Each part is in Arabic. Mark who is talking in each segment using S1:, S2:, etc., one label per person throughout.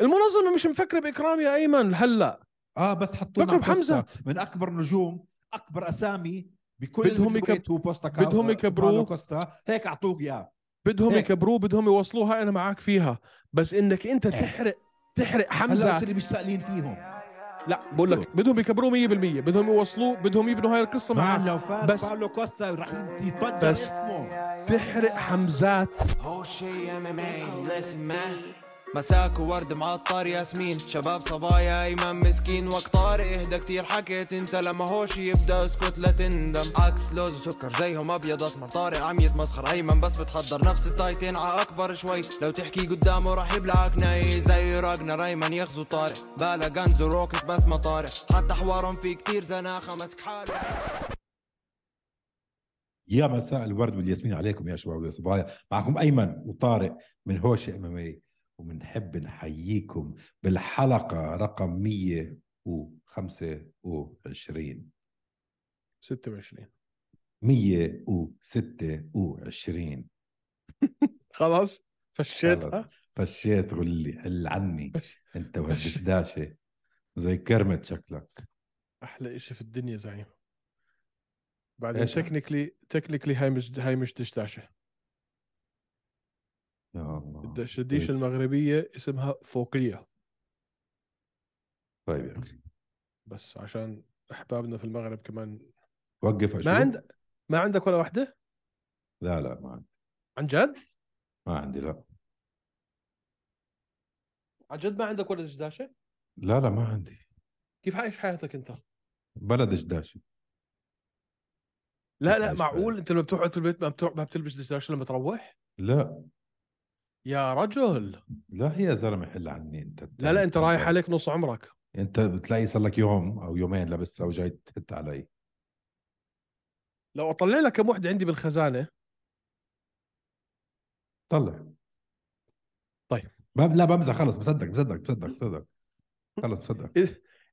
S1: المنظمه مش مفكره باكرام يا ايمن هلا
S2: اه بس حطوا
S1: فكروا بحمزه
S2: من اكبر نجوم اكبر اسامي بكل
S1: بدهم يكب-
S2: الويت وبوستا كا-
S1: بدهم يكبروه.
S2: باولو كوستا هيك اعطوك اياه
S1: بدهم
S2: هيك.
S1: يكبروه بدهم يوصلوها انا معك فيها بس انك انت تحرق تحرق
S2: إيه. هلا
S1: حمزه
S2: قلت لي مش سائلين فيهم
S1: لا بقول لك بدهم يكبروه 100% بدهم يوصلوه بدهم يبنوا هاي القصه معاه
S2: مان لو فاز
S1: بس-
S2: بس باولو كوستا رح يتفجر
S1: بس-
S2: اسمه
S1: تحرق حمزات
S3: whole shit MMA. Listen, man. مساك وورد معطر ياسمين شباب صبايا ايمن مسكين وقت طارق اهدى كتير حكيت انت لما هوش يبدا اسكت لا تندم عكس لوز وسكر زيهم ابيض اسمر طارق عم يتمسخر ايمن بس بتحضر نفس التايتين ع اكبر شوي لو تحكي قدامه راح يبلعك ناي زي راجنا ريمان يغزو طارق بالا غنز وروكت بس ما طارق حتى حوارهم في كتير زناخه مسك حاله
S2: يا مساء الورد والياسمين عليكم يا شباب ويا صبايا معكم ايمن وطارق من هوش ام ام وبنحب إيه. نحييكم بالحلقه رقم 125
S1: 26
S2: 126
S1: خلاص فشيتها
S2: فشيت غلي حل عني
S1: فش-
S2: انت وهالدشداشه زي كرمت شكلك
S1: احلى شيء في الدنيا زعيم بعدين
S2: إيش؟
S1: تكنيكلي تكنيكلي هاي مش هاي مش دشداشه
S2: يا الله
S1: الدشديشه
S2: كويس.
S1: المغربيه اسمها فوقيه
S2: طيب يا اخي
S1: بس عشان احبابنا في المغرب كمان
S2: وقف أشوف.
S1: ما عند ما عندك ولا واحده
S2: لا لا ما عندي
S1: عن جد
S2: ما عندي لا
S1: عن جد ما عندك ولا دشداشه
S2: لا لا ما عندي
S1: كيف عايش حياتك انت
S2: بلا دشداشه
S1: لا
S2: كيف
S1: لا
S2: عايش
S1: معقول انت لما بتقعد في البيت ما بتروح ما بتلبس دشداشه لما تروح
S2: لا
S1: يا رجل
S2: لا يا زلمه حل عني انت
S1: لا لا انت رايح عليك نص عمرك
S2: انت بتلاقي صار لك يوم او يومين لبسها وجاي تهت علي
S1: لو اطلع لك كم وحده عندي بالخزانه
S2: طلع
S1: طيب.
S2: ما لا بمزح خلص بصدق بصدق بصدق بصدق خلص بصدق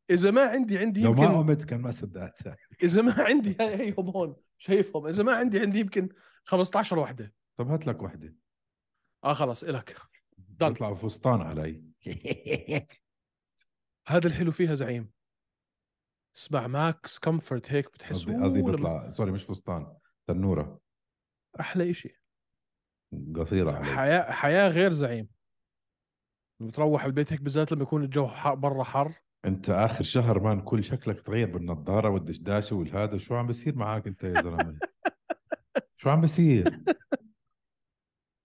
S1: اذا ما عندي عندي
S2: لو
S1: يمكن
S2: ما قمت كان ما صدقتها
S1: اذا ما عندي هيهم هون شايفهم اذا ما عندي عندي يمكن 15 وحده
S2: طب هات لك وحده
S1: اه خلص الك دن.
S2: بيطلعوا فستان علي
S1: هذا الحلو فيها زعيم اسمع ماكس كومفورت هيك بتحس
S2: قصدي قصدي
S1: أوه، لما-
S2: بيطلع سوري مش فستان تنوره
S1: احلى إشي
S2: قصيره علي
S1: حياه حياه غير زعيم لما تروح البيت هيك بالذات لما يكون الجو حق برا حر
S2: انت اخر شهر مان كل شكلك تغير بالنضاره والدشداشه والهذا شو عم بيصير معك انت يا زلمه شو عم بيصير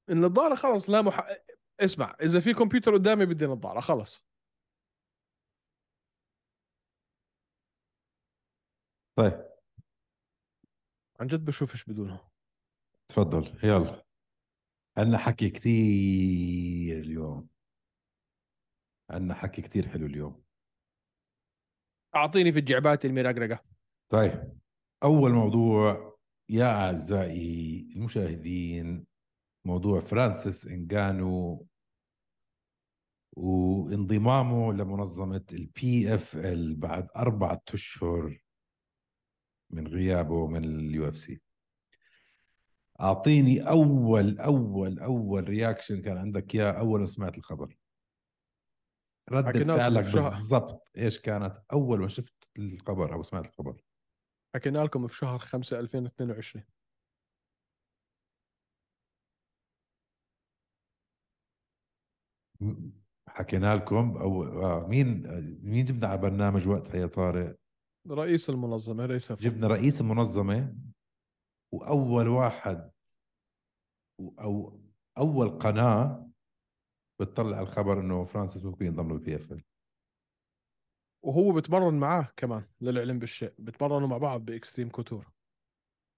S1: النظاره خلص لا مح... اسمع اذا في كمبيوتر قدامي بدي نظاره خلص
S2: طيب
S1: عن جد بشوفش بدونه
S2: تفضل يلا عندنا حكي كثير اليوم عندنا حكي كثير حلو اليوم
S1: اعطيني في الجعبات المرقرقه
S2: طيب اول موضوع يا اعزائي المشاهدين موضوع فرانسيس انجانو وانضمامه لمنظمه البي اف ال بعد اربعه اشهر من غيابه من اليو اف سي اعطيني اول اول اول رياكشن كان عندك يا اول ما سمعت الخبر ردة
S1: حكيناكم
S2: فعلك
S1: في شهر.
S2: بالضبط ايش كانت اول ما شفت الخبر او سمعت الخبر
S1: حكينا لكم في شهر 5 2022
S2: حكينا لكم او آه مين مين جبنا على البرنامج وقتها يا طارق؟
S1: رئيس المنظمه ليس فقط.
S2: جبنا رئيس المنظمه واول واحد و- او اول قناه بتطلع الخبر انه فرانسيس ممكن ينضم للبي اف ال
S1: وهو بتمرن معاه كمان للعلم بالشيء بتمرنوا مع بعض باكستريم كوتور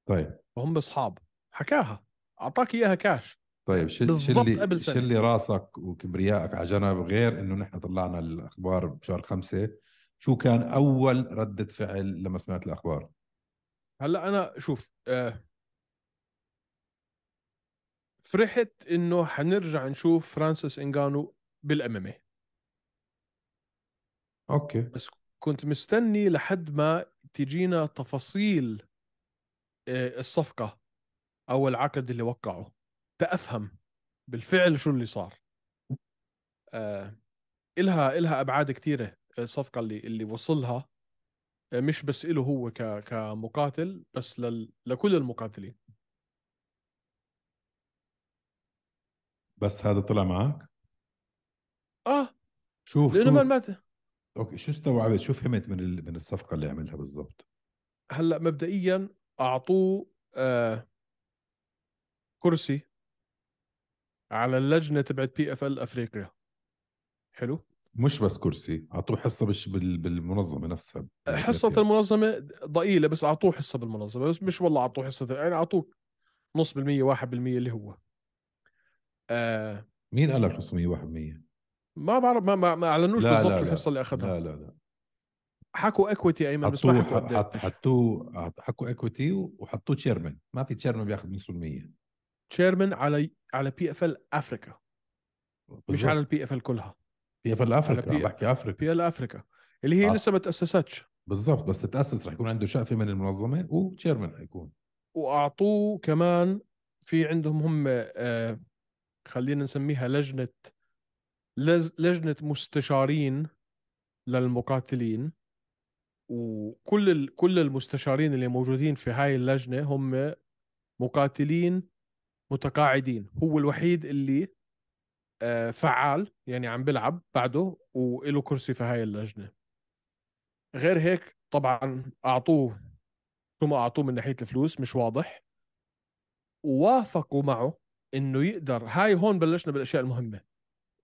S2: طيب
S1: وهم اصحاب حكاها اعطاك اياها كاش
S2: طيب شل
S1: بالضبط
S2: شلي
S1: قبل سنة.
S2: شلي راسك وكبريائك على جنب غير انه نحن طلعنا الاخبار بشهر خمسة شو كان اول رده فعل لما سمعت الاخبار؟
S1: هلا انا شوف آه فرحت انه حنرجع نشوف فرانسيس انغانو بالامامي
S2: اوكي
S1: كنت مستني لحد ما تجينا تفاصيل آه، الصفقة أو العقد اللي وقعه تأفهم بالفعل شو اللي صار آه، إلها إلها ابعاد كثيره الصفقه اللي اللي وصلها آه، مش بس إله هو ك كمقاتل بس لل... لكل المقاتلين
S2: بس هذا طلع معك
S1: اه
S2: شوف
S1: لانه
S2: شوف.
S1: ما مات
S2: اوكي شو استوعبت شو فهمت من ال- من الصفقه اللي عملها بالضبط
S1: هلا مبدئيا اعطوه آه كرسي على اللجنه تبعت بي اف ال افريقيا حلو
S2: مش بس كرسي اعطوه حصه بالش- بال- بالمنظمه نفسها يعني.
S1: حصه المنظمه ضئيله بس اعطوه حصه بالمنظمه بس مش والله اعطوه حصه يعني اعطوه نص بالمية واحد بالمية اللي هو آه
S2: مين قال لك 500
S1: ما بعرف ما ما, ما اعلنوش
S2: لا،
S1: بالضبط
S2: لا،
S1: شو
S2: لا.
S1: الحصه اللي
S2: 1% لا
S1: اخذها
S2: لا لا
S1: حكوا اكويتي ايمن بس ما
S2: حطوه
S1: حكوا
S2: حط-
S1: قديش
S2: حطوه حط- حكوا اكويتي وحطوه تشيرمان ما في تشيرمان بياخذ نص المية
S1: تشيرمان على على بي اف ال افريكا مش على البي اف ال كلها
S2: بي اف ال افريكا
S1: على
S2: عم
S1: بي-
S2: بحكي افريكا
S1: بي ال افريكا اللي هي
S2: آه.
S1: لسه ما تاسستش
S2: بالضبط بس تتاسس رح يكون عنده شقفه من المنظمه وتشيرمان حيكون
S1: واعطوه كمان في عندهم هم آه، خلينا نسميها لجنه لز- لجنه مستشارين للمقاتلين وكل ال- كل المستشارين اللي موجودين في هاي اللجنه هم مقاتلين متقاعدين هو الوحيد اللي آه، فعال يعني عم بلعب بعده وله كرسي في هاي اللجنه غير هيك طبعا اعطوه ثم اعطوه من ناحيه الفلوس مش واضح ووافقوا معه انه يقدر هاي هون بلشنا بالاشياء المهمه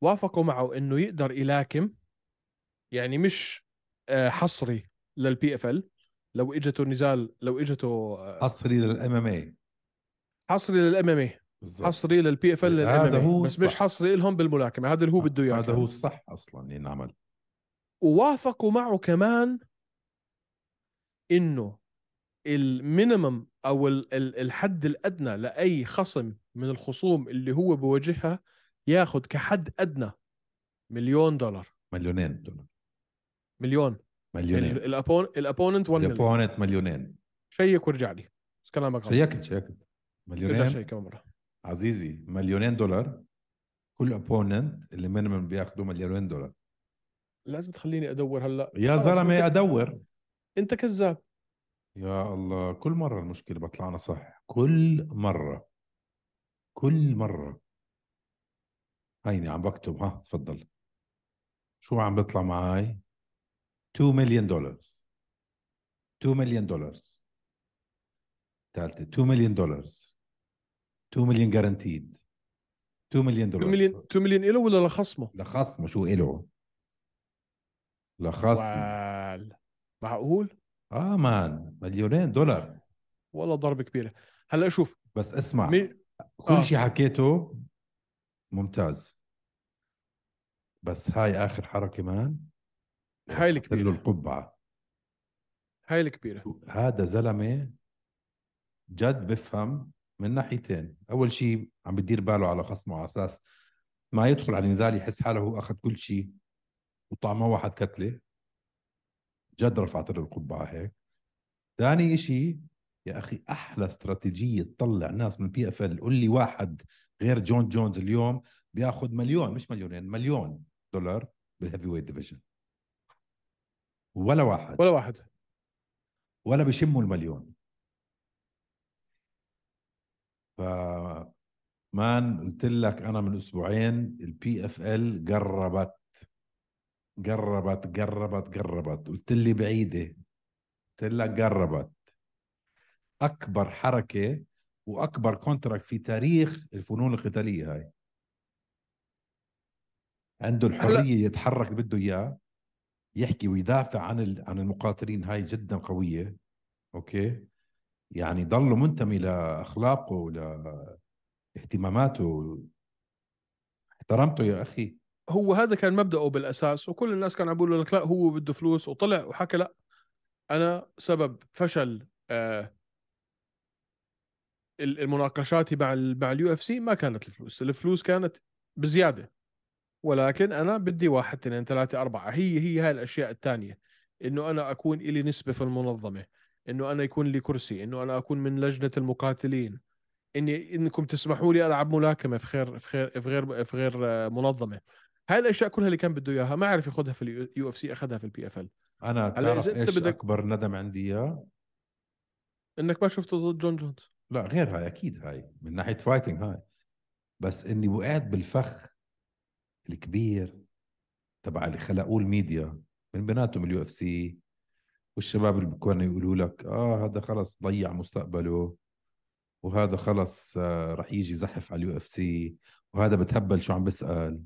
S1: وافقوا معه انه يقدر يلاكم يعني مش آه، حصري للبي اف ال لو اجته نزال لو اجته آه،
S2: حصري للام ام اي
S1: حصري للام ام اي
S2: بالضبط
S1: حصري للبي اف ال
S2: هذا هو
S1: بس مش
S2: الصح.
S1: حصري لهم بالملاكمه هذا اللي هو بده اياه
S2: هذا
S1: كان.
S2: هو الصح يعني اصلا ينعمل
S1: ووافقوا معه كمان انه المينيمم او ال- ال- الحد الادنى لاي خصم من الخصوم اللي هو بواجهها ياخذ كحد ادنى مليون دولار
S2: مليونين دولار
S1: مليون يعني
S2: مليونين
S1: ال- الابون الابوننت 1 مليون
S2: الابوننت مليونين
S1: شيك وارجع لي بس كلامك غلط
S2: شيكت شيكت
S1: ارجع
S2: مليونين
S1: شيك كمان مره
S2: عزيزي مليونين دولار كل ابوننت اللي مينيمم بياخذوا مليونين دولار
S1: لازم تخليني ادور هلا
S2: يا
S1: خلص،
S2: زلمه
S1: أنت-
S2: ادور
S1: انت كذاب
S2: يا الله كل مره المشكله بطلعنا صح كل مره كل مره هيني عم بكتب ها تفضل شو عم بيطلع معاي 2 مليون دولار 2 مليون دولار ثالثه 2 مليون دولار 2 مليون جارانتيد 2 مليون
S1: 2
S2: دولار
S1: مليون 2 مليون له ولا لخصمه؟
S2: لخصم شو إله لخصم
S1: وال- معقول؟
S2: اه مان مليونين دولار
S1: والله ضربه كبيره هلا شوف
S2: بس اسمع
S1: مين آه.
S2: كل شيء حكيته ممتاز بس هاي اخر حركه مان
S1: هاي
S2: رفعت له
S1: الكبيره
S2: القبعه
S1: هاي الكبيره
S2: هذا زلمه جد بفهم من ناحيتين اول شيء عم بدير باله على خصمه على اساس ما يدخل على النزال يحس حاله هو اخذ كل شيء وطعمه واحد كتله جد رفعت له القبعه هيك ثاني شيء يا اخي احلى استراتيجيه تطلع ناس من بي اف ال قول لي واحد غير جون جونز اليوم بياخذ مليون مش مليونين مليون دولار بالهيفي ويت ديفيجن ولا واحد
S1: ولا واحد
S2: ولا بشموا المليون ف مان قلت لك انا من اسبوعين البي اف ال قربت قربت قربت قربت قلت لي بعيده قلت لك قربت اكبر حركه واكبر كونتراكت في تاريخ الفنون القتاليه هاي عنده الحريه يتحرك بده اياه يحكي ويدافع عن ال- عن المقاتلين هاي جدا قويه اوكي يعني ضله منتمي لاخلاقه لاهتماماته احترمته يا اخي
S1: هو هذا كان مبدأه بالأساس وكل الناس كانوا عم بيقولوا لك لا هو بده فلوس وطلع وحكى لا أنا سبب فشل آه ال- المناقشاتي مع ال مع اليو اف سي ما كانت الفلوس الفلوس كانت بزيادة ولكن أنا بدي واحد اثنين ثلاثة أربعة هي هي هاي الأشياء الثانية إنه أنا أكون إلي نسبة في المنظمة إنه أنا يكون لي كرسي إنه أنا أكون من لجنة المقاتلين إني إنكم تسمحوا لي ألعب ملاكمة في غير في غير في غير, في غير آه، منظمة هاي الاشياء كلها اللي كان بده اياها ما عرف ياخذها في اليو اف سي اخذها في البي اف ال
S2: انا بتعرف
S1: إذا أنت
S2: ايش
S1: بدك-
S2: اكبر ندم عندي اياه
S1: انك ما شفته ضد جون جونز
S2: لا غير هاي اكيد هاي من ناحيه فايتنج هاي بس اني وقعت بالفخ الكبير تبع اللي خلقوه الميديا من بيناتهم اليو اف سي والشباب اللي كانوا يقولوا لك اه هذا خلص ضيع مستقبله وهذا خلص آه رح يجي زحف على اليو اف سي وهذا بتهبل شو عم بسال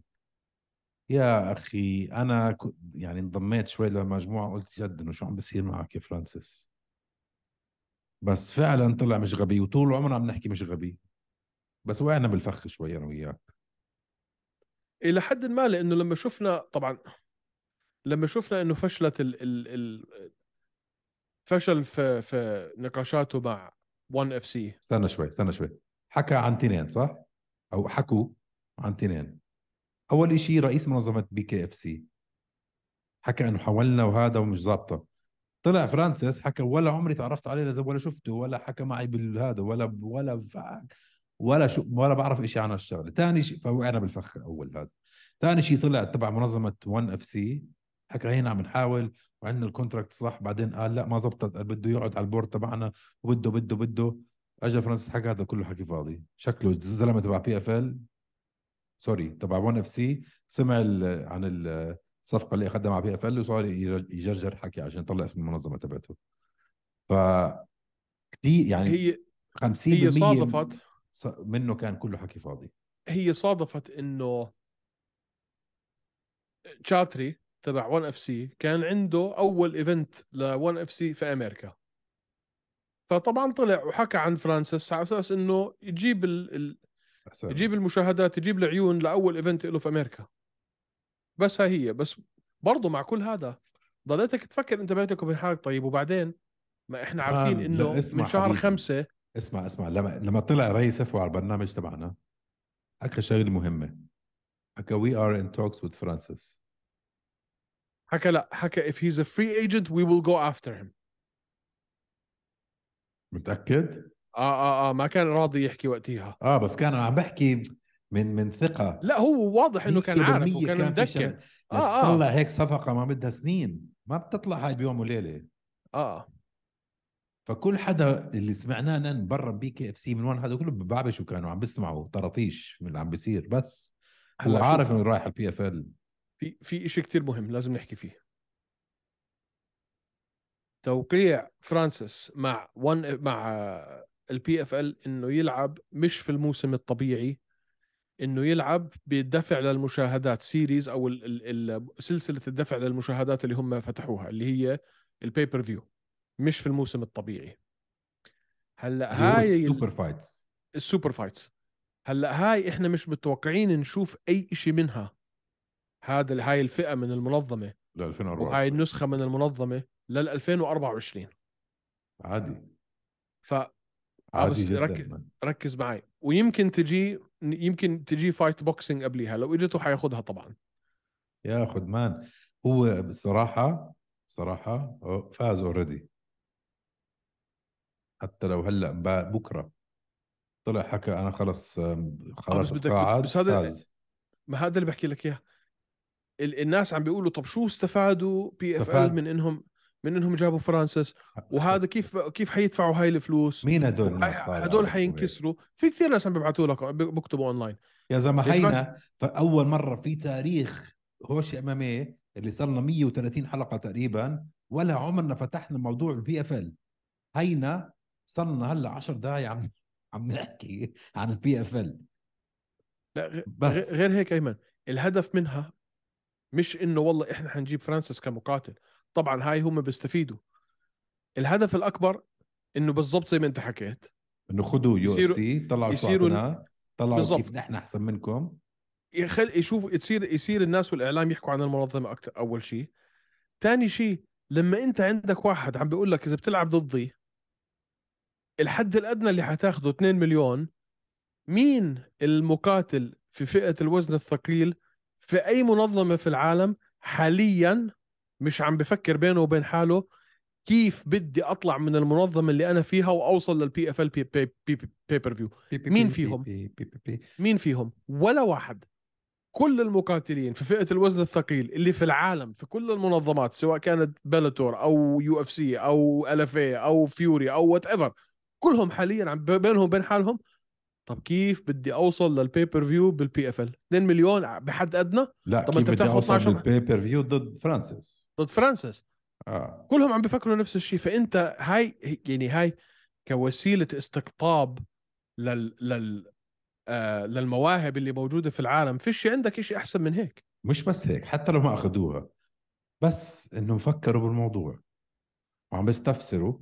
S2: يا اخي انا كنت يعني انضميت شوي للمجموعه قلت جد انه شو عم بصير معك يا فرانسيس بس فعلا طلع مش غبي وطول عمرنا عم نحكي مش غبي بس وقعنا بالفخ شوي انا وياك
S1: الى حد ما لانه لما شفنا طبعا لما شفنا انه فشلت ال ال ال فشل في في نقاشاته مع 1 اف سي
S2: استنى شوي استنى شوي حكى عن تنين صح؟ او حكوا عن تنين اول إشي رئيس منظمه بي كي اف سي حكى انه حولنا وهذا ومش ظابطه طلع فرانسيس حكى ولا عمري تعرفت عليه لازم ولا شفته ولا حكى معي بالهذا ولا ولا فعك ولا شو ولا بعرف إشي عن هالشغله ثاني شيء فوقعنا بالفخ اول هذا ثاني شيء طلع تبع منظمه 1 اف سي حكى هنا عم نحاول وعندنا الكونتراكت صح بعدين قال لا ما زبطت قال بده يقعد على البورد تبعنا وبده بده بده اجى فرانسيس حكى هذا كله حكي فاضي شكله الزلمه تبع بي اف ال سوري تبع 1 اف سي سمع ال- عن الصفقه اللي اخذها مع بي اف ال وصار يرج- يجرجر حكي عشان يطلع اسم المنظمه تبعته ف كثير يعني
S1: هي
S2: 50%
S1: هي صادفت
S2: ص- منه كان كله حكي فاضي
S1: هي صادفت انه تشاتري تبع 1 اف سي كان عنده اول ايفنت ل 1 اف سي في امريكا فطبعا طلع وحكى عن فرانسيس على اساس انه يجيب ال... ال...
S2: أحسن.
S1: يجيب المشاهدات يجيب العيون لاول ايفنت له في امريكا بس هاي هي بس برضه مع كل هذا ضليتك تفكر انت بيتك وبين حالك طيب وبعدين ما احنا
S2: مان،
S1: عارفين
S2: آه، لا
S1: انه
S2: اسمع
S1: من شهر
S2: حبيبي.
S1: خمسة
S2: اسمع اسمع لما لما طلع رئيس سفو على البرنامج تبعنا حكى شغله مهمه حكى وي ار ان توكس وذ فرانسيس
S1: حكى لا حكى if he's a free agent we will go after him
S2: متاكد؟
S1: اه اه اه ما كان راضي يحكي وقتها
S2: اه بس كان عم بحكي من من ثقه
S1: لا هو واضح انه كان عارف
S2: 100%
S1: وكان
S2: كان في شغل-
S1: مدكن اه
S2: تطلع
S1: اه
S2: هيك صفقه ما بدها سنين ما بتطلع هاي بيوم وليله
S1: اه
S2: فكل حدا اللي سمعناه نن برا بي كي اف سي من وين هذا كله بعبشوا كانوا عم بيسمعوا طراطيش من اللي عم بيصير بس هو
S1: هلا شوف،
S2: عارف انه رايح البي اف ال
S1: في في شيء كثير مهم لازم نحكي فيه توقيع فرانسيس مع ون مع البي اف ال انه يلعب مش في الموسم الطبيعي انه يلعب بدفع للمشاهدات سيريز او ال ال ال سلسله الدفع للمشاهدات اللي هم فتحوها اللي هي البيبر فيو مش في الموسم الطبيعي هلا هاي ال-
S2: السوبر فايتس
S1: السوبر فايتس هلا هاي احنا مش متوقعين نشوف اي شيء منها هذا هاي الفئه من المنظمه
S2: ل
S1: وهاي
S2: 2024
S1: النسخه من المنظمه لل 2024
S2: عادي
S1: فركز
S2: عادي
S1: آه، بس
S2: جدا
S1: ركز.
S2: من.
S1: معي ويمكن تجي يمكن تجي فايت بوكسينج قبليها لو اجته حياخذها طبعا
S2: يا خدمان هو بصراحه بصراحه هو فاز اوريدي حتى لو هلا ب- بكره طلع حكى انا خلص أم، خلاص
S1: بدك-
S2: اتقاعد
S1: آه، بس هذا-
S2: فاز
S1: ما هذا اللي بحكي لك اياه ال- الناس عم بيقولوا طب شو استفادوا بي اف
S2: استفاد-
S1: ال من انهم من انهم جابوا فرانسيس وهذا كيف كيف حيدفعوا هاي الفلوس
S2: مين هدول الناس طالع
S1: هدول
S2: بيحكوا هيك؟
S1: حينكسروا في كثير ناس عم بيبعتوا لك بكتبوا اونلاين
S2: يا زلمه
S1: يا جماعة-
S2: حينا فاول مره في تاريخ هوش امامي اللي صار لنا 130 حلقه تقريبا ولا عمرنا فتحنا موضوع البي اف ال هينا صار لنا هلا 10 دقائق عم عم نحكي عن البي اف ال
S1: لا غ-
S2: بس
S1: غ- غير هيك ايمن الهدف منها مش انه والله احنا حنجيب فرانسيس كمقاتل طبعا هاي هم بيستفيدوا الهدف الاكبر انه بالضبط زي ما انت حكيت
S2: انه خذوا يو اف
S1: يصيروا-
S2: سي طلعوا شو
S1: يصيروا-
S2: عطونا، طلعوا
S1: بالضبط.
S2: كيف نحن احسن منكم
S1: يخل يشوف يصير يصير الناس والاعلام يحكوا عن المنظمه اكثر اول شيء ثاني شيء لما انت عندك واحد عم بيقول لك اذا بتلعب ضدي الحد الادنى اللي حتاخده 2 مليون مين المقاتل في فئه الوزن الثقيل في اي منظمه في العالم حاليا مش عم بفكر بينه وبين حاله كيف بدي اطلع من المنظمه اللي انا فيها واوصل للبي اف ال بيبر فيو مين فيهم؟
S2: بي بي بي بي بي بي.
S1: مين فيهم ولا واحد كل المقاتلين في فئه الوزن الثقيل اللي في العالم في كل المنظمات سواء كانت بلاتور او يو اف سي او الافا او فيوري او وات ايفر كلهم حاليا عم ب- بينهم وبين حالهم طب كيف بدي اوصل للبيبر فيو بالبي اف ال 2 مليون ع- بحد ادنى
S2: لا
S1: طب
S2: كيف
S1: أنت
S2: بدي
S1: بتاخد
S2: اوصل
S1: 12
S2: بالبيبر فيو ضد فرانسيس
S1: ضد فرانسيس
S2: اه
S1: كلهم عم بيفكروا نفس الشيء فانت هاي يعني هاي كوسيله استقطاب لل لل آه للمواهب اللي موجوده في العالم فيش عندك شيء احسن من هيك
S2: مش بس هيك حتى لو ما اخذوها بس انهم فكروا بالموضوع وعم بيستفسروا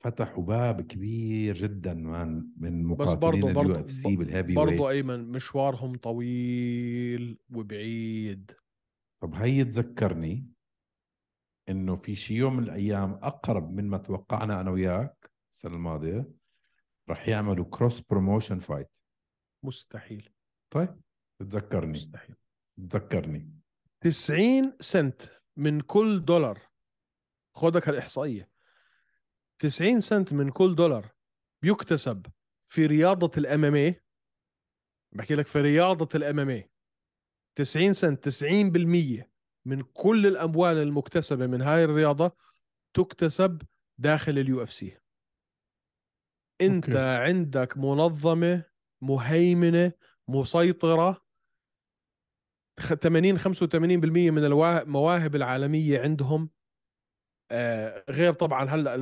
S2: فتحوا باب كبير جدا من من
S1: برضه-
S2: مقاتلين اليو
S1: برضه-
S2: اف سي بالهيفي
S1: برضو
S2: ويت
S1: ايمن مشوارهم طويل وبعيد
S2: طب هي تذكرني انه في شي يوم من الايام اقرب من ما توقعنا انا وياك السنه الماضيه رح يعملوا كروس بروموشن فايت
S1: مستحيل
S2: تذكرني
S1: مستحيل
S2: تذكرني
S1: 90 سنت من كل دولار خدك هالاحصائيه 90 سنت من كل دولار بيكتسب في رياضه الام ام اي إيه. بحكي لك في رياضه الام ام اي 90 إيه. سنت 90% من كل الاموال المكتسبه من هاي الرياضه تكتسب داخل اليو اف سي انت
S2: أوكي.
S1: عندك منظمه مهيمنه مسيطره خ- 80 85% من الوا- المواهب العالميه عندهم آه، غير طبعا هلا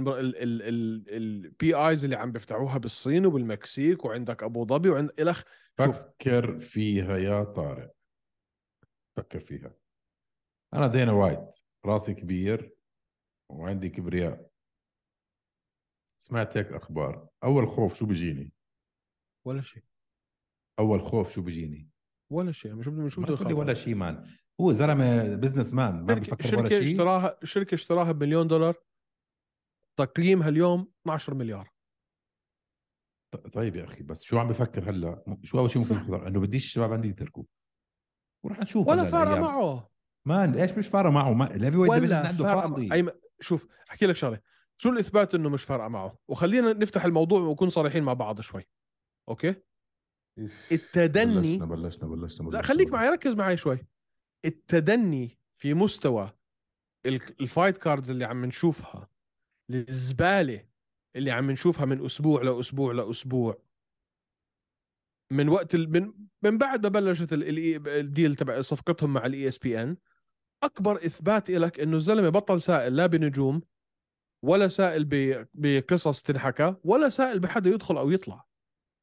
S1: البي ايز اللي عم بيفتحوها بالصين وبالمكسيك وعندك ابو ظبي وعند الخ شوف.
S2: فكر فيها يا طارق فكر فيها انا دينا وايت راسي كبير وعندي كبرياء سمعت هيك اخبار اول خوف شو بيجيني
S1: ولا شيء
S2: اول خوف شو بيجيني
S1: ولا شيء شو بدنا شو
S2: ما
S1: بدنا
S2: تقول لي
S1: نخاف؟
S2: ولا شيء مان هو زلمه بزنس مان ما
S1: شركه
S2: بفكر ولا
S1: شركه
S2: شيء
S1: اشتراها شركه اشتراها بمليون دولار تقييمها اليوم 12 مليار
S2: ط- طيب يا اخي بس شو عم بفكر هلا م- شو اول شيء ممكن يخطر انه بديش الشباب عندي يتركوه ورح نشوف
S1: ولا
S2: هلا
S1: فارقه
S2: الأيام.
S1: معه
S2: مان ايش مش فارقه معه ما ليفي ويت ديفيجن
S1: ولا
S2: عنده
S1: فارقه
S2: فاضي
S1: مع- أيمن شوف احكي لك شغله شو الاثبات انه مش فارقه معه وخلينا نفتح الموضوع ونكون صريحين مع بعض شوي اوكي
S2: بلشنا
S1: التدني
S2: بلشنا بلشنا
S1: لا
S2: بلشنا
S1: خليك
S2: بلشنا.
S1: معي ركز معي شوي التدني في مستوى ال- الفايت كاردز اللي عم نشوفها الزباله اللي عم نشوفها من اسبوع لاسبوع لاسبوع من وقت ال... من من بعد ما بلشت ال... ال... الديل تبع صفقتهم مع E الاي اس بي ان اكبر اثبات لك انه الزلمه بطل سائل لا بنجوم ولا سائل ب... بقصص تنحكى ولا سائل بحدا يدخل او يطلع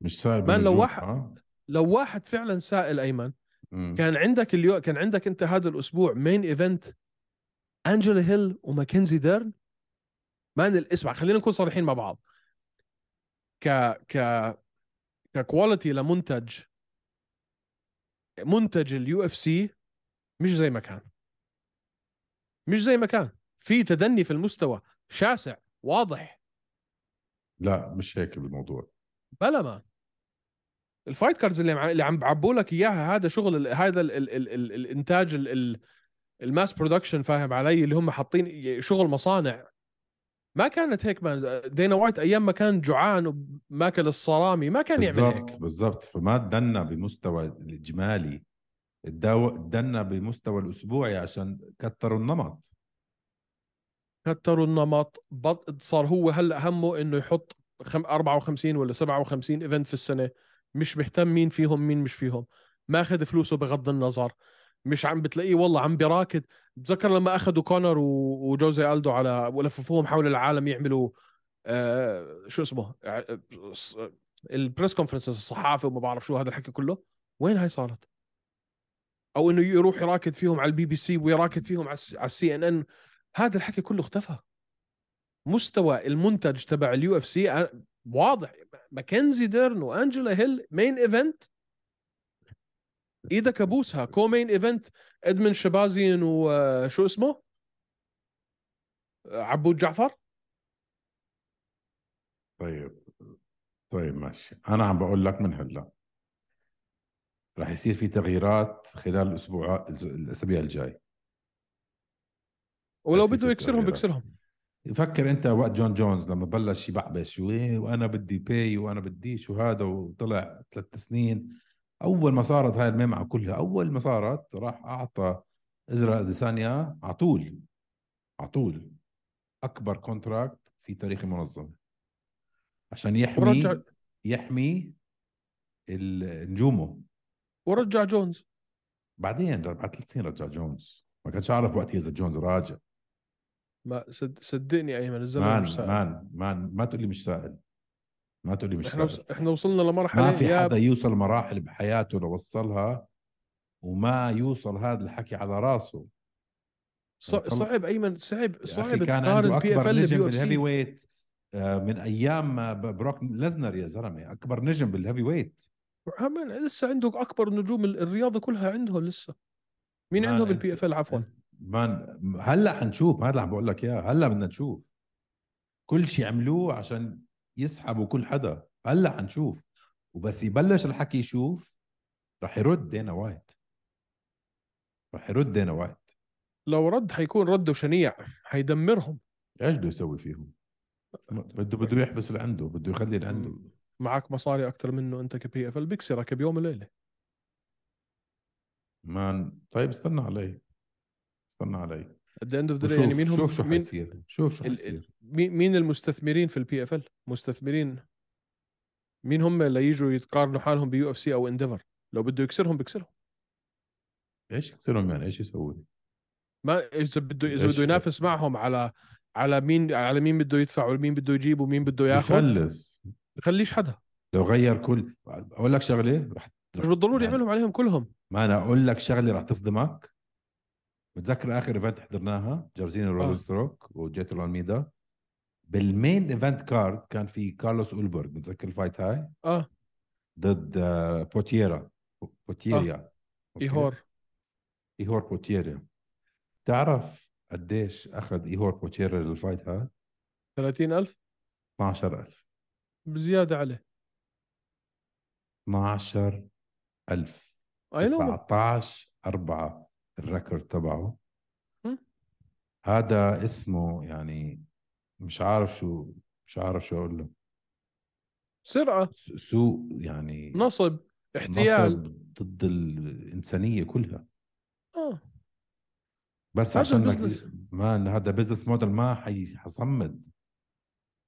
S2: مش سائل
S1: مان، لو
S2: بالنجوم،
S1: واحد-
S2: آه؟
S1: لو واحد فعلا سائل ايمن
S2: مم.
S1: كان عندك اليو... كان عندك انت هذا الاسبوع مين ايفنت انجела هيل وماكنزي ديرن مان ال- اسمع خلينا نكون صريحين مع بعض ك ك ككواليتي لمنتج منتج اليو اف سي مش زي ما كان مش زي ما كان في تدني في المستوى شاسع واضح
S2: لا مش هيك بالموضوع
S1: بلا ما الفايت كاردز اللي عم- اللي عم بعبوا لك اياها هذا شغل ال- هذا ال ال ال ال الانتاج ال ال الماس برودكشن فاهم علي اللي هم حاطين ي- شغل مصانع ما كانت هيك مان دينا وايت ايام ما كان جوعان وماكل الصرامي ما كان يعمل هيك
S2: بالضبط بالضبط فما تدنا بمستوى الاجمالي الدو- تدنا بمستوى الاسبوعي عشان كتروا النمط
S1: كتروا النمط بط... صار هو هلا همه انه يحط خم... 54 ولا 57 ايفنت في السنه مش مهتم مين فيهم مين مش فيهم ماخذ فلوسه بغض النظر مش عم بتلاقيه والله عم براكد بتذكر لما اخذوا كونر و... وجوزي الدو على ولففوهم حول العالم يعملوا آه... شو اسمه آه... ص- البريس كونفرنس الصحافه وما بعرف شو هذا الحكي كله وين هاي صارت او انه يروح يراكد فيهم على البي بي سي ويراكد فيهم على السي ان ان هذا الحكي كله اختفى مستوى المنتج تبع اليو اف سي واضح ماكنزي ديرن وانجела هيل مين ايفنت ايدك ابوسها كو مين ايفنت ادمن شبازين وشو آه، اسمه آه، عبود جعفر
S2: طيب طيب ماشي انا عم بقول لك من هلا رح يصير في تغييرات خلال الاسبوع الأس- الاسابيع الجاي
S1: ولو
S2: بس هيك
S1: بده يكسرهم
S2: التغييرات.
S1: بيكسرهم
S2: فكر انت وقت جون جونز لما بلش يبعبش وإيه وانا بدي باي وانا بديش وهذا وطلع ثلاث سنين اول ما صارت هاي الميمعه كلها اول ما صارت راح اعطى ازرا اديسانيا على طول على طول اكبر كونتراكت في تاريخ المنظمه عشان
S1: ورجع
S2: يحمي يحمي ال- نجومه
S1: ورجع جونز
S2: بعدين بعد ثلاث سنين رجع جونز ما كانش اعرف وقتها اذا جونز راجع
S1: ما صد... صدقني ايمن الزلمه
S2: مان
S1: مش سهل
S2: مان مان ما تقول لي مش سائل ما تقول لي مش
S1: احنا
S2: سائل
S1: وص... احنا وصلنا لمرحله
S2: ما في
S1: يا
S2: حدا يوصل مراحل بحياته لو وصلها وما يوصل هذا الحكي على راسه
S1: ص- صعب ايمن صعب
S2: يا اخي
S1: صعب
S2: كان
S1: تقارن
S2: عنده
S1: بي اف
S2: اكبر
S1: ال
S2: نجم
S1: بيو اف
S2: بالهيفي
S1: سي
S2: ويت آه، من ايام ما ب- بروك ليزنر يا زلمه اكبر نجم بالهيفي ويت
S1: عمل لسه عندك اكبر نجوم ال- الرياضه كلها عندهم لسه مين
S2: ما إيه.
S1: عندهم
S2: أنت-
S1: البي اف ال عفوا
S2: مان هلا حنشوف هذا اللي عم بقول لك اياه هلا بدنا نشوف كل شيء عملوه عشان يسحبوا كل حدا هلا حنشوف وبس يبلش الحكي يشوف رح يرد دينا وايت رح يرد دينا وايت
S1: لو رد حيكون رده شنيع حيدمرهم
S2: ايش بده يسوي فيهم؟ م- بده بده يحبس اللي عنده بده يخلي اللي عنده
S1: معك مصاري اكثر منه انت كبي اف ال بيكسرك بيوم وليله
S2: مان طيب استنى علي استنى علي
S1: at the end of the day
S2: وشوف
S1: يعني مين هم
S2: شوف شو
S1: مين
S2: حيصير شوف شو
S1: ال- ال-
S2: حيصير
S1: مين مين المستثمرين في البي اف ال مستثمرين مين هم ليجوا يتقارنوا حالهم بيو اف سي او انديفر لو بده يكسرهم بيكسرهم
S2: ايش يكسرهم يعني ايش يسوي؟
S1: ما اذا بده اذا
S2: إيش-
S1: بده ينافس معهم على على مين على مين بده يدفع ومين بده يجيب ومين بده ياخذ
S2: يفلس
S1: خليش حدا
S2: لو غير كل اقول لك شغله رح
S1: مش بالضروري
S2: يعني-
S1: يعملهم عليهم كلهم
S2: ما انا اقول لك شغله رح تصدمك بتذكر اخر ايفنت حضرناها جارزينو
S1: آه.
S2: روجر ستروك وجيترو الميدا بالمين ايفنت كارد كان في كارلوس اولبرغ بتذكر الفايت هاي
S1: اه
S2: ضد آه، بوتيرا بوتيريا أوكي؟
S1: ايهور
S2: ايهور بوتيريا تعرف قديش اخذ ايهور بوتيريا للفايت هاي
S1: 30000
S2: 12000
S1: بزياده عليه
S2: 12000
S1: اي نو
S2: 19 4 الريكورد تبعه
S1: مم.
S2: هذا اسمه يعني مش عارف شو مش عارف شو اقول له
S1: سرعه
S2: س- سوء يعني
S1: نصب احتيال
S2: نصب ضد الانسانيه كلها
S1: اه
S2: بس
S1: هذا
S2: عشان
S1: business.
S2: لك ما هذا بزنس موديل ما حي- حيصمد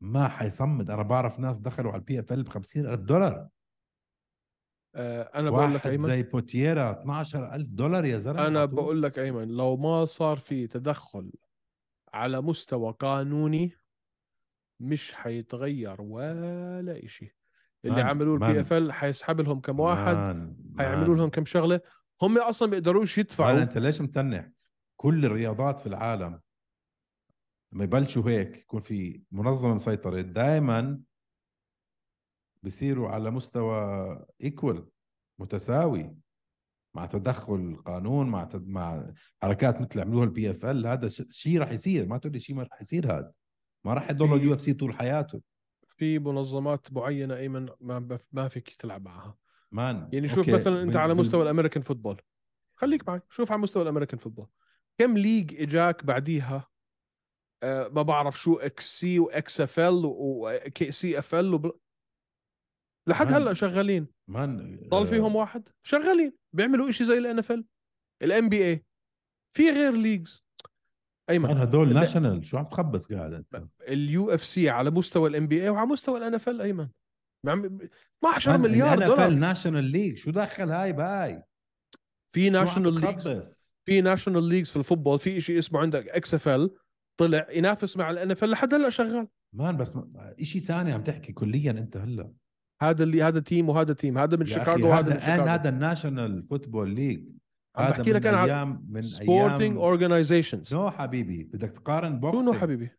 S2: ما حيصمد انا بعرف ناس دخلوا على البي اف ال ب 50000 دولار
S1: آه، انا بقول لك
S2: واحد
S1: ايمن
S2: زي بوتييرا 12000 دولار يا زلمه
S1: انا
S2: عطوه.
S1: بقول لك ايمن لو ما صار في تدخل على مستوى قانوني مش حيتغير ولا إشي اللي
S2: مان-
S1: عملوه البي
S2: مان-
S1: اف ال حيسحب لهم كم واحد
S2: مان،
S1: حيعملوا
S2: مان.
S1: لهم كم شغله هم اصلا بيقدروش
S2: مان
S1: يدفعوا
S2: انت ليش متنح؟ كل الرياضات في العالم لما يبلشوا هيك يكون في منظمه مسيطره دائما بصيروا على مستوى ايكوال متساوي مع تدخل قانون مع تد... مع حركات مثل اللي عملوها البي اف ال هذا شيء راح يصير ما تقول لي شيء ما راح يصير هذا ما راح يضل
S1: في-
S2: اليو اف سي طول حياته
S1: في منظمات معينه ايمن ما بف- ما فيك تلعب معها
S2: مان
S1: يعني شوف
S2: أوكي،
S1: مثلا انت
S2: بال-
S1: على
S2: بال-
S1: مستوى الامريكان فوتبول خليك معي شوف على مستوى الامريكان فوتبول كم ليج اجاك بعديها آه ما بعرف شو اكس سي واكس اف ال وكي سي اف ال لحد
S2: مان.
S1: هلا شغالين
S2: مان
S1: ضل
S2: آه،
S1: فيهم واحد شغالين بيعملوا إشي زي الان اف ال الان بي اي في غير ليجز
S2: مان
S1: ايمن
S2: هدول
S1: لا.
S2: ناشونال شو عم تخبص قاعد انت
S1: اليو اف سي على مستوى الان بي اي وعلى مستوى الان اف ال ايمن مع- 12
S2: مان،
S1: مليار
S2: ال
S1: دولار
S2: NFL ناشونال ليج شو دخل هاي بهاي؟
S1: في
S2: شو عم
S1: ناشونال ليجز
S2: تخبص؟
S1: في ناشونال ليجز في الفوتبول في إشي اسمه عندك اكس اف ال طلع ينافس مع الان اف ال لحد هلا شغال
S2: مان بس ما... شيء ثاني عم تحكي كليا انت هلا
S1: هذا اللي هذا تيم وهذا تيم هذا من
S2: يا أخي،
S1: شيكاغو وهذا من
S2: هذا الان
S1: شيكاغو
S2: هذا الناشونال فوتبول ليج
S1: عم
S2: هذا
S1: بحكي لك
S2: من
S1: انا على
S2: ايام من
S1: سبورتنج
S2: ايام
S1: اورجنايزيشنز
S2: نو حبيبي بدك تقارن بوكسينج
S1: شنو حبيبي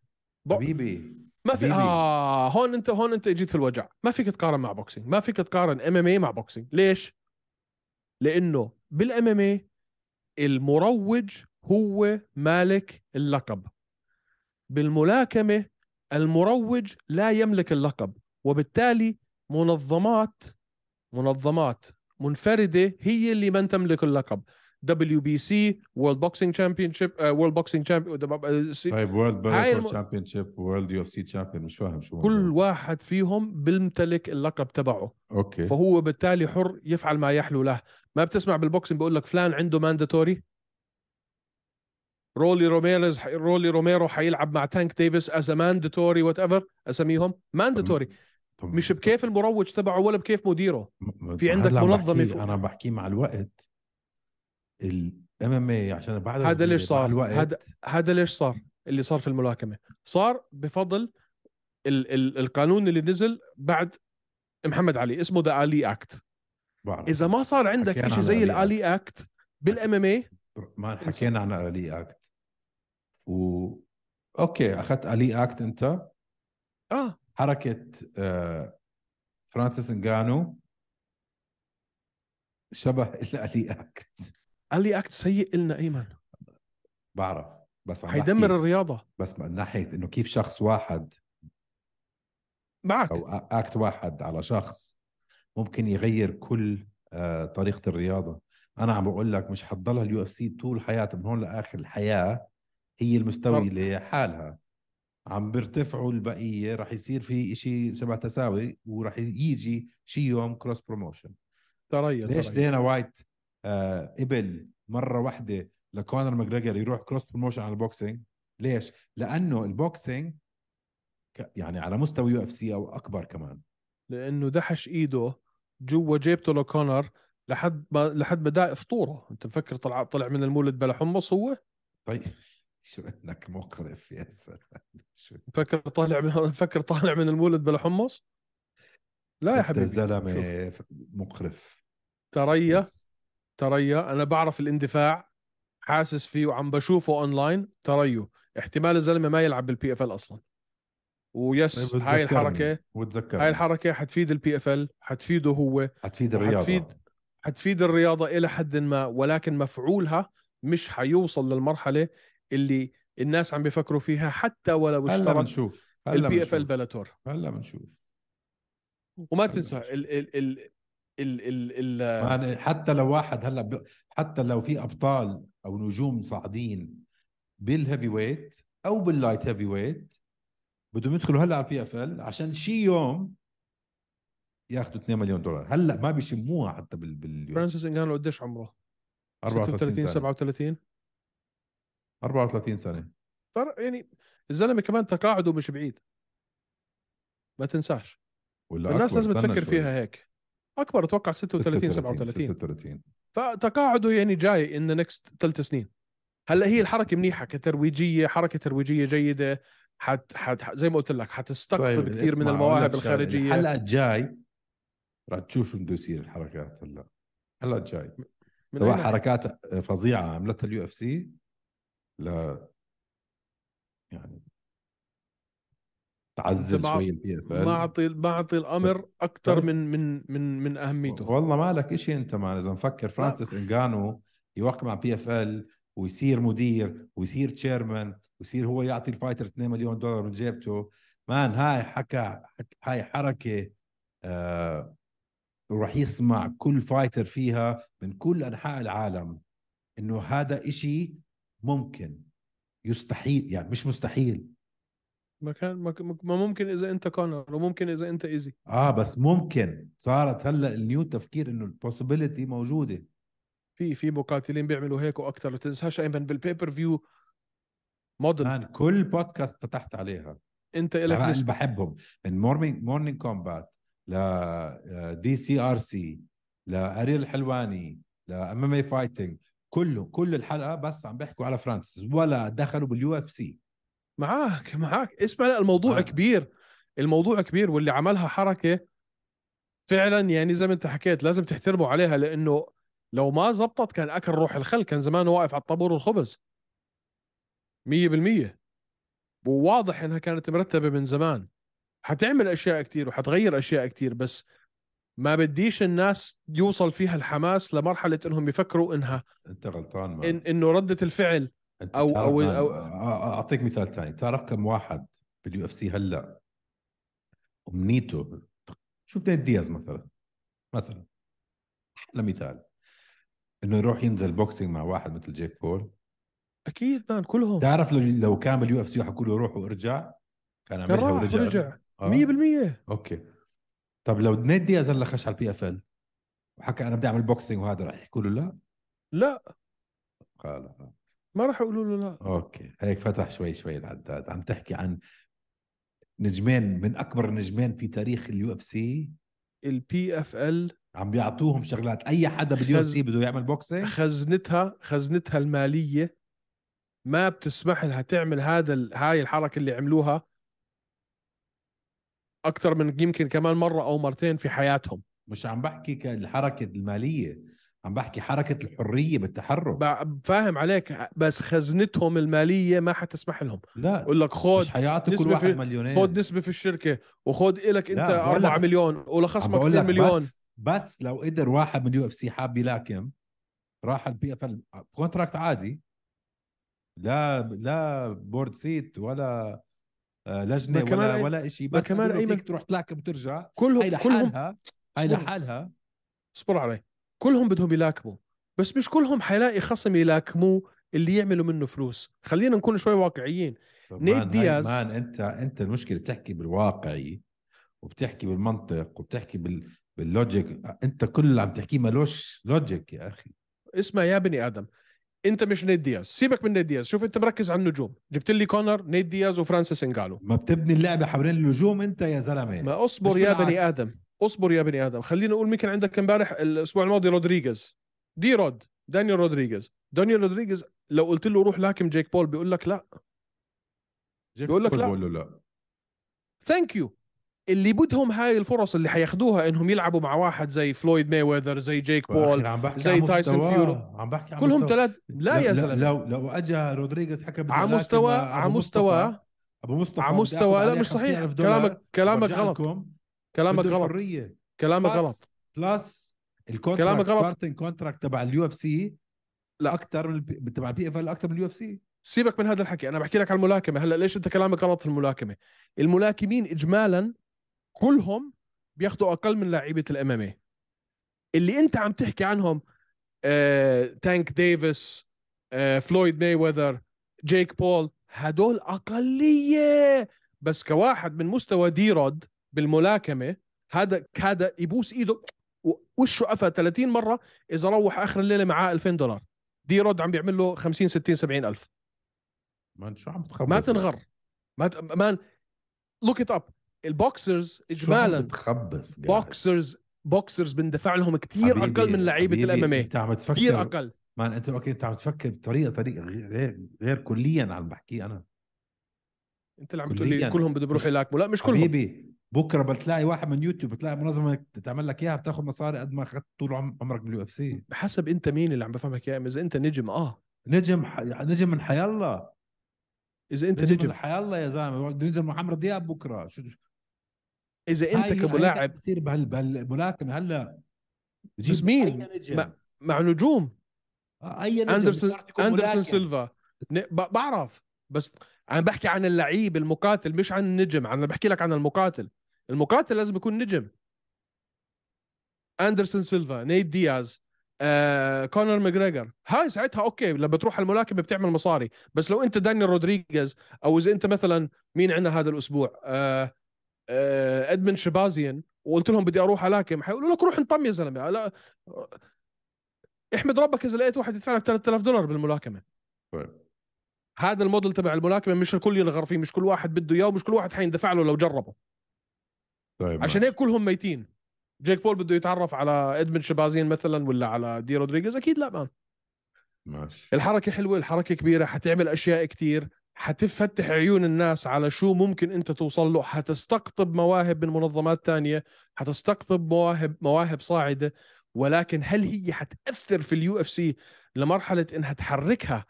S1: بو-
S2: حبيبي
S1: ما في
S2: حبيبي.
S1: آه هون انت هون انت اجيت في الوجع ما فيك تقارن مع بوكسينج ما فيك تقارن ام ام اي مع بوكسينج ليش لانه بالام ام اي المروج هو مالك اللقب بالملاكمه المروج لا يملك اللقب وبالتالي منظمات منظمات منفرده هي اللي من تملك اللقب دبليو بي سي وورلد بوكسينج تشامبيون شيب وورلد بوكسينج
S2: طيب وورلد
S1: هاي
S2: بارتر
S1: الم-
S2: تشامبيون شيب وورلد يو اف سي تشامبيون مش فاهم شو
S1: كل
S2: الموضوع.
S1: واحد فيهم بيمتلك اللقب تبعه
S2: اوكي
S1: فهو بالتالي حر يفعل ما يحلو له ما بتسمع بالبوكسينج بيقول لك فلان عنده مانداتوري رولي روميرز رولي روميرو حيلعب مع تانك ديفيس از مانداتوري وات ايفر اسميهم مانداتوري
S2: طب
S1: مش بكيف المروج تبعه ولا بكيف مديره
S2: م-
S1: في
S2: ما
S1: عندك
S2: هلا
S1: منظمة
S2: بحكي-
S1: فوق.
S2: انا بحكي مع الوقت الام ام اي إيه، عشان بعد
S1: هذا ليش صار؟
S2: مع الوقت
S1: هذا- هذا ليش صار اللي صار في الملاكمه صار بفضل ال ال القانون اللي نزل بعد محمد علي اسمه ذا الي اكت
S2: بعرف.
S1: اذا ما صار عندك
S2: حكينا
S1: شيء
S2: عن
S1: زي
S2: ال Ali
S1: الالي اكت بالام ام اي
S2: ما حكينا عن الي اكت و اوكي اخذت الي اكت انت
S1: اه
S2: حركه آه، فرانسيس انجانو شبه الالي اكت
S1: الي اكت سيء لنا ايمن
S2: بعرف بس عم بحكي
S1: حيدمر الرياضه
S2: بس من ناحيه انه كيف شخص واحد
S1: معك
S2: او أ- اكت واحد على شخص ممكن يغير كل آه، طريقه الرياضه انا عم بقول لك مش حتضلها اليو اف سي طول حياتها من هون لاخر الحياه هي المستوي
S1: طب.
S2: لحالها عم بيرتفعوا البقيه رح يصير في شيء سبع تساوي ورح يجي شي يوم كروس بروموشن
S1: تريا
S2: ليش
S1: تريا.
S2: دينا وايت آه قبل مره واحده لكونر ماجريجر يروح كروس بروموشن على البوكسينج ليش؟ لانه البوكسينج ك- يعني على مستوى يو اف سي او اكبر كمان
S1: لانه دحش ايده جوا جيبته لكونر لحد ما لحد ما داق فطوره انت مفكر طلع طلع من المولد بلا حمص هو
S2: طيب شو انك مقرف يا سلام شو
S1: مفكر طالع من مفكر طالع من المولد بلا حمص لا طيب يا
S2: أنت
S1: حبيبي شوف،
S2: زلمه ف- مقرف
S1: تريا تريا انا بعرف الاندفاع حاسس فيه وعم بشوفه اونلاين تريو احتمال الزلمه ما يلعب بالبي اف ال اصلا ويس
S2: طيب
S1: هاي الحركه
S2: وتذكر
S1: هاي الحركه حتفيد البي اف ال حتفيده هو
S2: حتفيد
S1: وحتفيد
S2: الرياضه
S1: حتفيد الرياضة إلى حد ما ولكن مفعولها مش حيوصل للمرحلة اللي الناس عم بيفكروا فيها حتى ولو
S2: هلا
S1: اشترت
S2: بنشوف هلا
S1: البي اف ال
S2: بنشوف
S1: بلاتور
S2: هلا بنشوف
S1: وما
S2: هلا
S1: تنسى
S2: بنشوف.
S1: ال ال ال ال ال ال
S2: ما أنا- يعني حتى لو واحد هلا ب... حتى لو في ابطال او نجوم صاعدين بالهيفي ويت او باللايت هيفي ويت بدهم يدخلوا هلا على البي اف ال عشان شي يوم ياخذوا 2 مليون دولار هلا ما بيشموها حتى بال بال
S1: فرانسيس انجانو قديش عمره؟
S2: 34 سنه
S1: 37
S2: 34 سنه
S1: فرق يعني الزلمة كمان تقاعده مش بعيد ما تنساش
S2: ولا
S1: الناس
S2: أكبر،
S1: لازم
S2: استنى
S1: تفكر
S2: شوي.
S1: فيها يعني هيك اكبر اتوقع 36 37
S2: 36
S1: فتقاعده يعني جاي ان نكست ثلاث سنين هلا هي الحركه منيحه كترويجيه حركه ترويجيه جيده حت, حت زي ما قلت لك حتستقطب كثير من
S2: طيب، اسمع، أقول لك
S1: المواهب
S2: شغلة، يعني.
S1: الخارجيه
S2: الحلقه الجاي رح تشوف شو بده يصير الحركات هلا الحلقه الجاي
S1: من
S2: سواء
S1: أي ناحية؟
S2: حركات فظيعه عملتها اليو اف سي لا يعني تعزل
S1: أنت مع-
S2: شوي البي اف
S1: ما اعطي ما اعطي الامر اكثر
S2: طيب.
S1: من من من من اهميته
S2: والله مالك شيء انت مان اذا مفكر فرانسيس انجانو يوقع مع بي اف ال ويصير مدير ويصير تشيرمان ويصير هو يعطي الفايترز 2 مليون دولار من جيبته مان هاي حكى هاي حركه آه راح يسمع كل فايتر فيها من كل انحاء العالم انه هذا إشي ممكن يستحيل يعني مش مستحيل
S1: ما كان ما ك- ما ممكن اذا انت كونر وممكن اذا انت ايزي
S2: اه بس ممكن صارت هلا النيو تفكير انه البوسيبيليتي موجوده
S1: في في مقاتلين بيعملوا هيك واكثر ما تنساش ايمن بالبيبر فيو موديل
S2: مان كل بودكاست فتحت عليها
S1: انت الك
S2: لا، انا
S1: نسبه
S2: بحبهم من مورنينج مورنينج كومبات ل دي سي ار سي لاريل الحلواني لام ام اي فايتنج كله كل الحلقه بس عم بيحكوا على فرانسيس ولا دخلوا باليو اف سي
S1: معاك معاك اسمع لا الموضوع
S2: آه.
S1: كبير الموضوع كبير واللي عملها حركة فعلا يعني زي ما انت حكيت لازم تحترمه عليها لانه لو ما زبطت كان اكل روح الخل كان زمانه واقف على الطابور والخبز مية بالمية وواضح انها كانت مرتبة من زمان حتعمل اشياء كتير وحتغير اشياء كتير بس ما بديش الناس يوصل فيها الحماس لمرحلة انهم يفكروا انها
S2: انت غلطان ما
S1: إن انه ردة الفعل
S2: انت
S1: أو-
S2: بتعرف
S1: أو-
S2: مان،
S1: أو-
S2: آه، آه، اعطيك مثال ثاني بتعرف كم واحد باليو اف سي هلا امنيته شوف نيت دياز مثلا مثلا احلى مثال انه يروح ينزل بوكسينج مع واحد مثل جيك بول
S1: اكيد مان كلهم
S2: بتعرف لو لو كان باليو اف سي حكوا له روح وارجع كان
S1: كان
S2: عملها
S1: راح
S2: ورجع
S1: ورجع 100%
S2: آه. اوكي طب لو نيت دياز هلا خش على البي اف ال وحكى انا بدي اعمل بوكسينج وهذا راح يحكوا له لا
S1: لا
S2: قال آه.
S1: ما راح يقولوا له لا
S2: اوكي هيك فتح شوي شوي العداد عم تحكي عن نجمين من اكبر النجمين في تاريخ اليو اف سي
S1: البي اف ال
S2: عم بيعطوهم شغلات اي حدا باليو اف
S1: خز-
S2: سي بده يعمل بوكسينج
S1: خزنتها خزنتها الماليه ما بتسمح لها تعمل هذا ال- هاي الحركه اللي عملوها اكثر من يمكن كمان مره او مرتين في حياتهم
S2: مش عم بحكي كالحركه الماليه عم بحكي حركه الحريه بالتحرك
S1: ب- فاهم عليك بس خزنتهم الماليه ما حتسمح لهم
S2: لا
S1: يقول لك خد
S2: مش حيعطي كل
S1: نسبة
S2: واحد
S1: في-
S2: مليونين
S1: خد نسبة في الشركة وخد إلك أنت
S2: لا، بقول
S1: 4
S2: لك-
S1: مليون
S2: عم
S1: ولخصمك
S2: بقول
S1: 2
S2: لك
S1: مليون
S2: بس بس لو قدر واحد من اليو اف سي حاب يلاكم راح البي اف ال كونتراكت عادي لا لا بورد سيت ولا آه، لجنه
S1: ما كمان
S2: ولا
S1: أي-
S2: ولا شيء
S1: ما
S2: بس
S1: كمان
S2: بيقولوا
S1: أيمن-
S2: فيك تروح تلاكم وترجع هي
S1: كلهم كلهم
S2: لحالها هي
S1: اصبر.
S2: لحالها
S1: اصبر علي كلهم بدهم يلاكموا بس مش كلهم حيلاقي خصم يلاكموه اللي يعملوا منه فلوس خلينا نكون شوي واقعيين
S2: طب
S1: نيت
S2: مان، هاي-
S1: دياز.
S2: مان انت انت المشكله بتحكي بالواقعي وبتحكي بالمنطق وبتحكي بال باللوجيك انت كل اللي عم تحكيه ملوش لوجيك يا اخي
S1: اسمع يا بني آدم أنت مش نيد دياز سيبك من نيد دياز شوف أنت مركز على النجوم جبت لي كونر نيد دياز وفرانسيس انجالو
S2: ما بتبني اللعبه حوالين اللجوم انت يا زلمه
S1: ما أصبر
S2: مش
S1: يا
S2: بالعكس.
S1: بني آدم اصبر يا بني ادم خلينا نقول مين كان عندك امبارح الاسبوع الماضي رودريغيز دي رود دانيال رودريغيز دانيال رودريغيز لو قلت له روح لاكم جيك بول بيقول لك لا
S2: جيك
S1: بيقول لك
S2: بول
S1: لا.
S2: بقول له لا
S1: ثانك يو اللي بدهم هاي الفرص اللي حياخدوها انهم يلعبوا مع واحد زي فلويد مايويذر زي جيك بول
S2: بول عم بحكي
S1: زي
S2: عن
S1: تايسون
S2: مستواه.
S1: فيورو.
S2: عم بحكي عن
S1: كلهم
S2: مستواه.
S1: ثلاث لا
S2: لو-
S1: يا زلمه
S2: لو لو اجى رودريغيز حكى بدي
S1: على
S2: ألاكم
S1: مستوى
S2: أبو
S1: على
S2: مصطفى.
S1: مستوى
S2: ابو مصطفى
S1: على
S2: بدي آخذ
S1: مستوى لا
S2: عليه
S1: مش صحيح
S2: 50,000 دولار
S1: كلامك كلامك
S2: وبرجع
S1: غلط
S2: لكم.
S1: كلامك
S2: بده
S1: غلط
S2: الحريه
S1: كلامك
S2: بس.
S1: غلط
S2: بلس
S1: كلامك
S2: الكونتراكت
S1: غلط.
S2: ستارتنج كونتراكت تبع اليو اف سي
S1: لا.
S2: اكثر من البي- تبع البي اف ال اكثر من اليو اف سي
S1: سيبك من هذا الحكي انا بحكي لك على الملاكمه هلا ليش انت كلامك غلط في الملاكمه الملاكمين اجمالا كلهم بياخذوا اقل من لعيبه الامامي إيه. اللي انت عم تحكي عنهم آه، تانك ديفيس آه، فلويد مايويذر جيك بول هدول اقليه بس كواحد من مستوى ديرود بالملاكمه هذا هذا يبوس ايده وشه قفى 30 مره اذا روح اخر الليله معاه 2000 دولار ديرود عم بيعمل له 50 60 70 الف
S2: مان شو عم تخبص
S1: ما تنغر ما ت... مان لوك ات اب البوكسرز اجمالا
S2: بتخبص
S1: بوكسرز بوكسرز بندفع لهم كثير اقل من لعيبه الام
S2: انت عم تفكر
S1: كثير اقل
S2: مان انت اوكي انت عم تفكر بطريقه طريقه غير غير كليا عم بحكيه انا
S1: انت اللي عم تقول
S2: كلياً.
S1: لي كلهم بده
S2: مش-
S1: بيروحوا يلاكموا لا مش كلهم
S2: حبيبي بكره بتلاقي واحد من يوتيوب بتلاقي منظمه تعمل لك اياها بتاخذ مصاري قد ما اخذت طول عم- عمرك باليو اف سي
S1: حسب انت مين اللي عم بفهمك يا أما اذا انت نجم اه
S2: نجم ح... نجم من حيالله
S1: اذا انت
S2: نجم
S1: نجم
S2: من حيالله يا زلمه بده ينزل مع عمرو دياب بكره شو
S1: اذا
S2: هاي-
S1: انت
S2: هاي
S1: كملاعب
S2: قاعد بتصير بهال بهالملاكمه هلا بجيب
S1: بس مين؟
S2: اي نجم
S1: ما- مع نجوم
S2: آه، اي نجم
S1: اندرسون
S2: بيعرف يكون
S1: اندرسون
S2: ملاكم.
S1: سيلفا
S2: بس-
S1: ن- ب- بعرف بس انا بحكي عن اللعيب المقاتل مش عن النجم انا بحكي لك عن المقاتل المقاتل لازم يكون نجم اندرسون سيلفا نيت دياز آه، كونر ماجريجر هاي ساعتها اوكي لما تروح على الملاكمه بتعمل مصاري بس لو انت دانيال رودريغيز او اذا انت مثلا مين عندنا هذا الاسبوع آه، آه، ادمن شبازيان وقلت لهم بدي اروح الاكم حيقولوا لك روح انطم يا زلمه لا احمد ربك اذا لقيت واحد يدفع لك 3000 دولار بالملاكمه
S2: طيب.
S1: هذا الموديل تبع الملاكمه مش الكل ينغر فيه مش كل واحد بده اياه ومش كل واحد حيندفع له لو جربه
S2: طيب
S1: عشان هيك كلهم ميتين جيك بول بده يتعرف على ادمن شبازين مثلا ولا على دي رودريغيز اكيد لا مان
S2: ماشي
S1: الحركه حلوه الحركه كبيره حتعمل اشياء كتير حتفتح عيون الناس على شو ممكن انت توصل له حتستقطب مواهب من منظمات تانية حتستقطب مواهب مواهب صاعده ولكن هل هي حتاثر في اليو اف سي لمرحله انها تحركها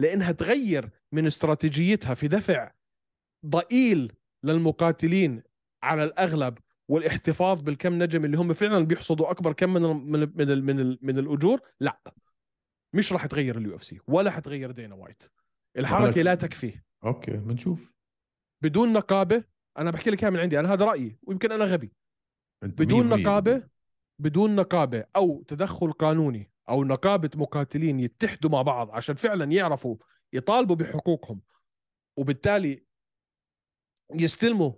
S1: لانها تغير من استراتيجيتها في دفع ضئيل للمقاتلين على الاغلب والاحتفاظ بالكم نجم اللي هم فعلا بيحصدوا اكبر كم من ال- من ال- من ال- من, ال- من الاجور لا مش راح تغير اليو اف سي ولا حتغير دينا وايت الحركه
S2: ولكن-
S1: لا تكفي
S2: اوكي بنشوف
S1: بدون نقابه انا بحكي لك إياها من عندي انا هذا رايي ويمكن انا غبي
S2: انت
S1: بدون
S2: مية بالمية.
S1: نقابه بدون نقابه او تدخل قانوني او نقابه مقاتلين يتحدوا مع بعض عشان فعلا يعرفوا يطالبوا بحقوقهم وبالتالي يستلموا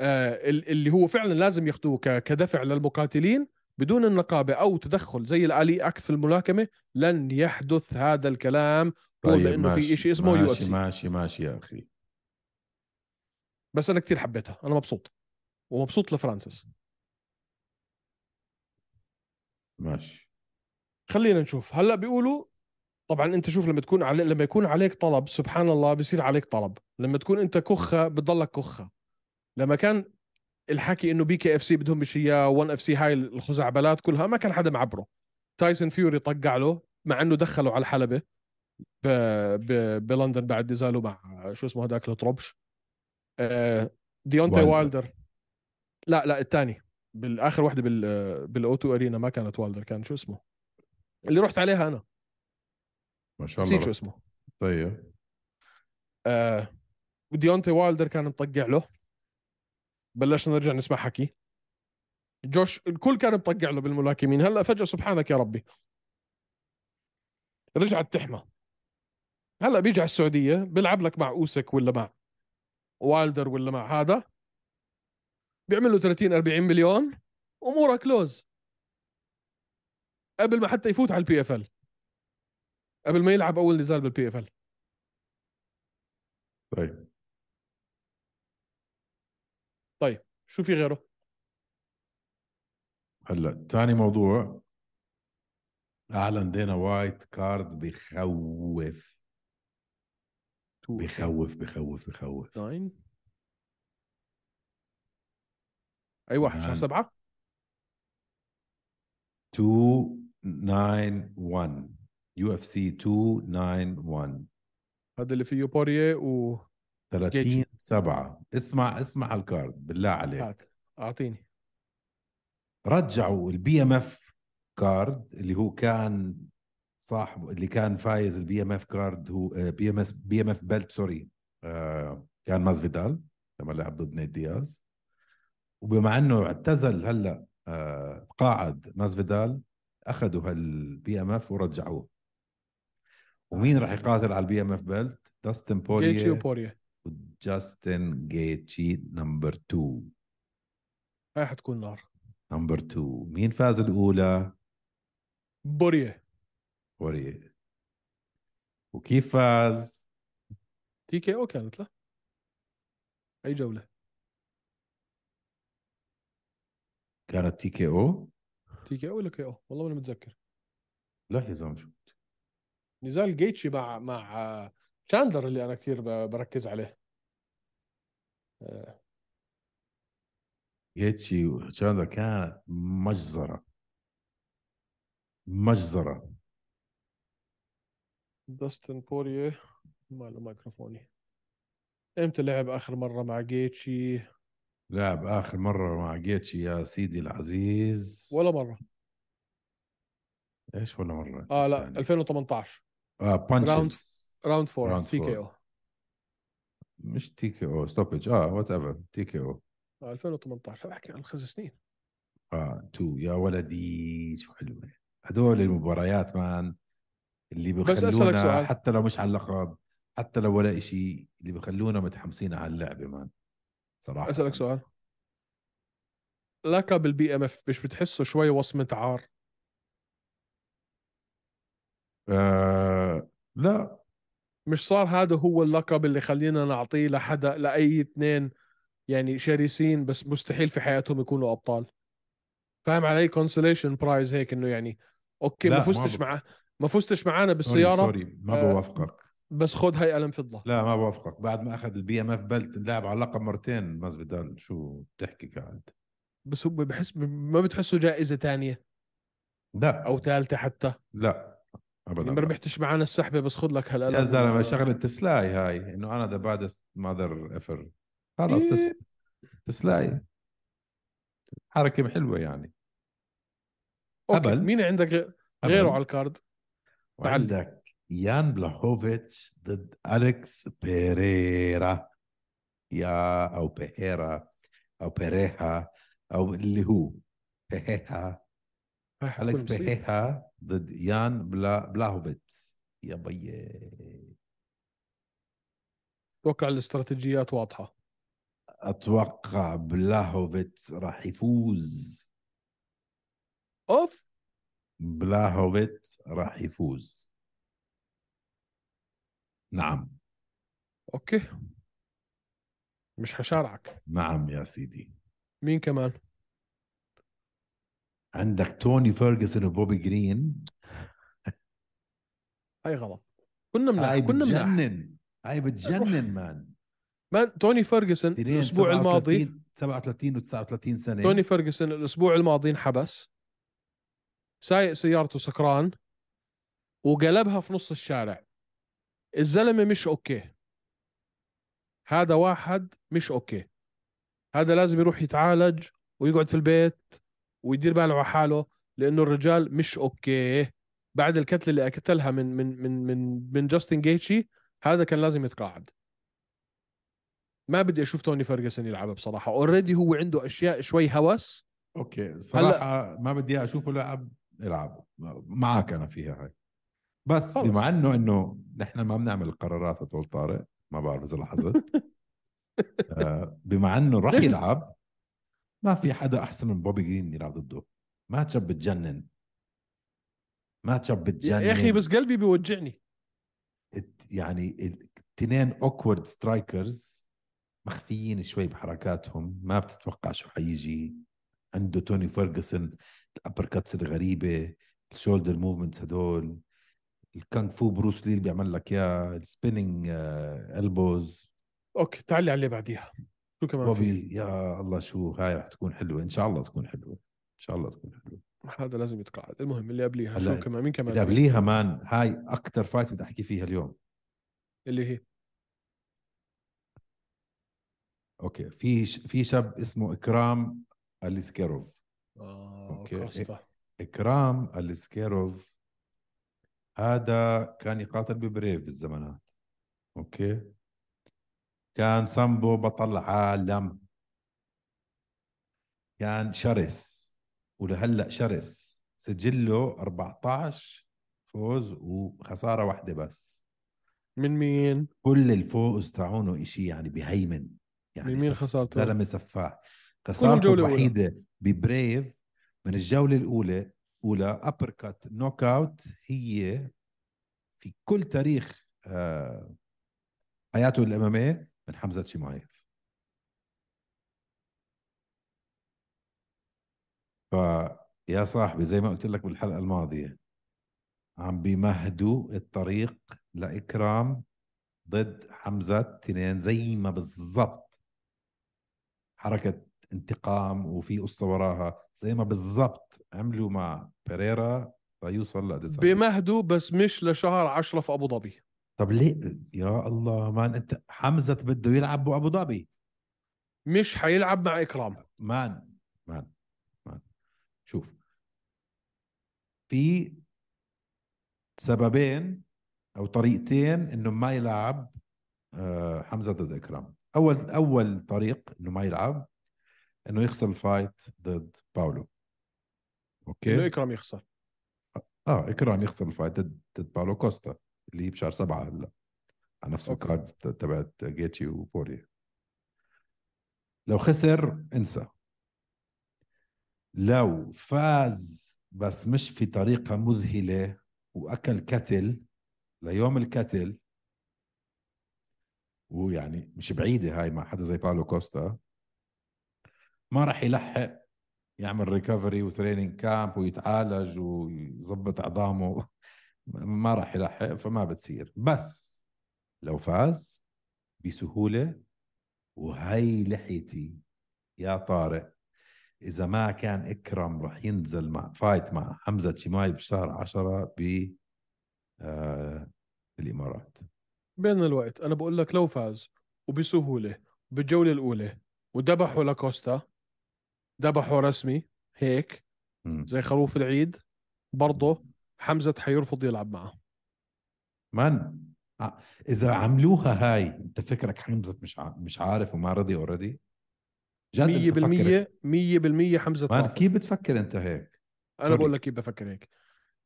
S1: آه، ال- اللي هو فعلا لازم ياخذوه ك- كدفع للمقاتلين بدون النقابه او تدخل زي الالي اكت في الملاكمه لن يحدث هذا الكلام طول ما إنه في
S2: طيب، ماشي،
S1: إشي اسمه
S2: ماشي
S1: UFC.
S2: ماشي ماشي يا اخي
S1: بس انا كثير حبيتها انا مبسوط ومبسوط لفرانسيس
S2: ماشي
S1: خلينا نشوف هلا بيقولوا طبعا انت شوف لما تكون علي... لما يكون عليك طلب سبحان الله بصير عليك طلب لما تكون انت كخه بتضلك كخه لما كان الحكي انه بي كي اف سي بدهم مش اياه وان اف سي هاي الخزعبلات كلها ما كان حدا معبره تايسون فيوري طقع له مع انه دخله على الحلبه ب... ب... بلندن بعد نزاله مع شو اسمه هذاك التروبش آه... ديونتي
S2: Wilder.
S1: وايلدر لا لا الثاني بالاخر وحده بال بالاوتو ارينا ما كانت والدر كان شو اسمه اللي رحت عليها انا
S2: ما شاء الله
S1: نسيت شو
S2: رب.
S1: اسمه
S2: طيب
S1: آه وديونتي وايلدر كان مطقع له بلشنا نرجع نسمع حكي جوش الكل كان مطقع له بالملاكمين هلا فجاه سبحانك يا ربي رجعت تحمى هلا بيجي على السعوديه بيلعب لك مع اوسك ولا مع وايلدر ولا مع هذا بيعمل له 30 40 مليون اموره كلوز قبل ما حتى يفوت على البي اف ال قبل ما يلعب اول نزال بالبي اف ال
S2: طيب
S1: شو في غيره
S2: هلا ثاني موضوع اعلن دينا وايت كارد بخوف بخوف بخوف بخوف
S1: ناين اي واحد شهر
S2: ناين.
S1: أيوة، سبعة
S2: 291 يو اف سي 291
S1: هذا اللي فيه بوريه و
S2: 30 7 اسمع اسمع الكارد بالله عليك
S1: هات اعطيني
S2: رجعوا البي ام اف كارد اللي هو كان صاحب اللي كان فايز البي ام اف كارد هو آه، بي ام اس بي ام اف بيلت سوري آه، كان مازفيدال لما لعب ضد نيت دياز وبما انه اعتزل هلا آه، تقاعد مازفيدال اخذوا هالبي ام اف ورجعوه ومين راح يقاتل على البي ام اف بيلت داستن
S1: جيتشي
S2: بوليه
S1: وبوريه
S2: وجاستن جيتشي نمبر 2
S1: هاي حتكون نار
S2: نمبر 2 مين فاز الاولى
S1: بوريه
S2: وريه وكيف فاز
S1: تي كي او كانت له اي جولة
S2: كانت تي كي او
S1: تي كي او ولا كي او والله ما انا متذكر
S2: لا يا زلمه شو
S1: نزال جيتشي مع مع آه، تشاندلر اللي انا كثير ب- بركز عليه
S2: جيتشي وتشاندر كانت مجزره مجزره
S1: داستن بوريه ماله ميكروفوني امتى لعب اخر مرة مع جيتشي
S2: لعب اخر مره مع جيتشي يا سيدي العزيز
S1: ولا مرة
S2: ايش ولا مره
S1: اه لا 2018
S2: آه بانشز
S1: راوند 4
S2: راوند
S1: تي كي
S2: فور.
S1: او
S2: مش تي كي او ستوبج اه وات ايفر تي كي او
S1: 2018 انا احكي عن خمس سنين
S2: اه تو يا ولدي شو حلوه هدول المباريات مان اللي
S1: بس أسألك
S2: بخلونا
S1: سؤال.
S2: حتى لو مش على اللقب حتى لو ولا إشي اللي بخلونا متحمسين على اللعبه مان صراحه
S1: اسالك سؤال لقب البي ام اف مش بتحسه شوي وصمه عار
S2: آه لا
S1: مش صار هذا هو اللقب اللي خلينا نعطيه لحدا لاي اثنين يعني شرسين بس مستحيل في حياتهم يكونوا ابطال فاهم علي كونسوليشن برايز هيك انه يعني اوكي
S2: لا،
S1: ما
S2: ما
S1: فزتش
S2: ب-
S1: مع ما فزتش معانا
S2: سوري
S1: بالسياره
S2: سوري ما
S1: آه،
S2: بوافقك
S1: بس خد هاي قلم فضه
S2: لا ما بوافقك بعد ما اخذ البي ام اف بلت لعب على اللقب مرتين مازفيدال شو بتحكي قاعد
S1: بس هم بحس ما بتحسه جائزه تانية
S2: لا
S1: او ثالثه حتى
S2: لا ابدا
S1: يعني ما
S2: لا.
S1: ربحتش معانا السحبه بس خد لك هالقلم
S2: يا زلمه شغله تسلاي هاي انه انا ذا بادست ماذر افر خلص تس...
S1: إيه.
S2: تسلاي حركه حلوه يعني
S1: أوكي.
S2: هبل.
S1: مين عندك غير- غيره
S2: أبل.
S1: على الكارد تعلم.
S2: وعندك يان بلاهوفيتش ضد اليكس بيريرا يا او بيريرا او بيريها او اللي هو بيريها
S1: هاي حتكون
S2: أليكس
S1: مصيبة.
S2: بيحيحا ضد يان بلا بلاهوفيتس يا بي
S1: اتوقع الاستراتيجيات واضحه
S2: أتوقع بلاهوفيتس راح يفوز
S1: اوف
S2: بلاهوفيتس راح يفوز نعم
S1: اوكي مش حشارعك
S2: نعم يا سيدي
S1: مين كمان
S2: عندك توني فيرجسون وبوبي جرين
S1: هاي غلط كنا
S2: هاي
S1: مناح كنا مناح
S2: بتجنن هاي بتجنن مان
S1: مان توني فيرجسون
S2: تنين
S1: الاسبوع الماضي
S2: 37 و 39 سنه
S1: توني فيرجسون الاسبوع الماضي انحبس سايق سيارته سكران وقلبها في نص الشارع الزلمه مش اوكي هذا واحد مش اوكي هذا لازم يروح يتعالج ويقعد في البيت ويدير باله على حاله لانه الرجال مش اوكي بعد الكتله اللي اكتلها من من من من من جاستن جيتشي هذا كان لازم يتقاعد ما بدي اشوف توني فيرجسون يلعبها بصراحه اوريدي هو عنده اشياء شوي هوس
S2: اوكي صراحه ما بدي اشوفه لعب العب معك انا فيها هاي بس
S1: خلص.
S2: بما انه انه نحن ما بنعمل القرارات يا طول طارق ما بعرف اذا لاحظت آه، بما انه راح
S1: ليش؟
S2: يلعب ما في حدا احسن من بوبي جرين يلعب ضده ماتشب بتجنن ماتشب بتجنن
S1: يا اخي بس قلبي بيوجعني
S2: الت- يعني التنين اوكورد سترايكرز مخفيين شوي بحركاتهم ما بتتوقع شو حيجي عنده توني فيرجسون الابر كاتس الغريبه الشولدر موفمنتس هدول الكونغ فو بروس لي اللي بيعمل لك آه، اياه السبيننج البوز
S1: اوكي تعال لي على اللي بعديها شو كمان في
S2: بوبي يا الله شو هاي رح تكون حلوه ان شاء الله تكون حلوه ان شاء الله تكون حلوه
S1: هذا لازم يتقاعد المهم اللي قبليها
S2: هلا
S1: شو كمان مين كمان
S2: اللي
S1: في؟
S2: قبليها مان هاي اكثر فايت بدي احكي فيها اليوم
S1: اللي هي
S2: اوكي في ش- في شاب اسمه اكرام اليسكيروف
S1: اه
S2: آه، أوكي.
S1: كوستا
S2: إكرام السكيروف هذا كان يقاتل ببريف بالزمانات أوكي كان سامبو بطل عالم كان شرس ولهلأ شرس سجله 14 فوز وخسارة واحدة بس
S1: من مين
S2: كل الفوز تاعونه إشي يعني بهيمن يعني
S1: من مين خسارته؟
S2: زلمة سفاح خسارته
S1: جولة أولى.
S2: الوحيدة ببريف من الجولة الأولى أولى أبر كات نوك أوت هي في كل تاريخ آه، حياته الأمامية من حمزة شمايف فيا صاحبي زي ما قلت لك بالحلقة الماضية عم بيمهدوا الطريق لإكرام ضد حمزة تنين زي ما بالضبط حركة انتقام وفي قصة وراها زي ما بالضبط عملوا مع بيريرا ليوصل لأديسانيا
S1: بمهده بس مش لشهر 10 في ابو ظبي
S2: طب ليه يا الله مان انت حمزة بده يلعب بأبو ظبي
S1: مش حيلعب مع اكرام
S2: مان مان مان شوف في سببين او طريقتين انه ما يلعب آه، حمزة ضد اكرام اول اول طريق انه ما يلعب انه يخسر الفايت ضد باولو
S1: انه
S2: اوكي
S1: اكرام يخسر
S2: اه اكرام يخسر الفايت ضد ضد باولو كوستا اللي بشهر سبعة هلا على نفس
S1: أوكي.
S2: الكارد تبعت جيتشي وبوريا لو خسر انسى لو فاز بس مش في طريقة مذهلة وأكل كتل ليوم الكتل ويعني مش بعيدة هاي مع حدا زي باولو كوستا ما راح يلحق يعمل ريكفري وتريننج كامب ويتعالج ويظبط عظامه ما راح يلحق فما بتصير بس لو فاز بسهولة وهي لحيتي يا طارق إذا ما كان إكرم رح ينزل مع فايت مع حمزة شماي بشهر عشرة ب آه الإمارات
S1: بين الوقت انا بقول لك لو فاز وبسهوله بالجوله الاولى وذبحوا لاكوستا ذبحوا رسمي هيك
S2: مم.
S1: زي خروف العيد برضه حمزة حيرفض يلعب معه
S2: من ع- إذا عملوها هاي أنت فكرك حمزة مش ع- مش عارف وما رضي أوريدي؟ جد أنت إيه؟
S1: 100%
S2: فكر-
S1: 100% حمزة
S2: مان
S1: رافض
S2: كيف بتفكر أنت هيك؟
S1: انا
S2: سوري.
S1: بقول لك كيف بفكر هيك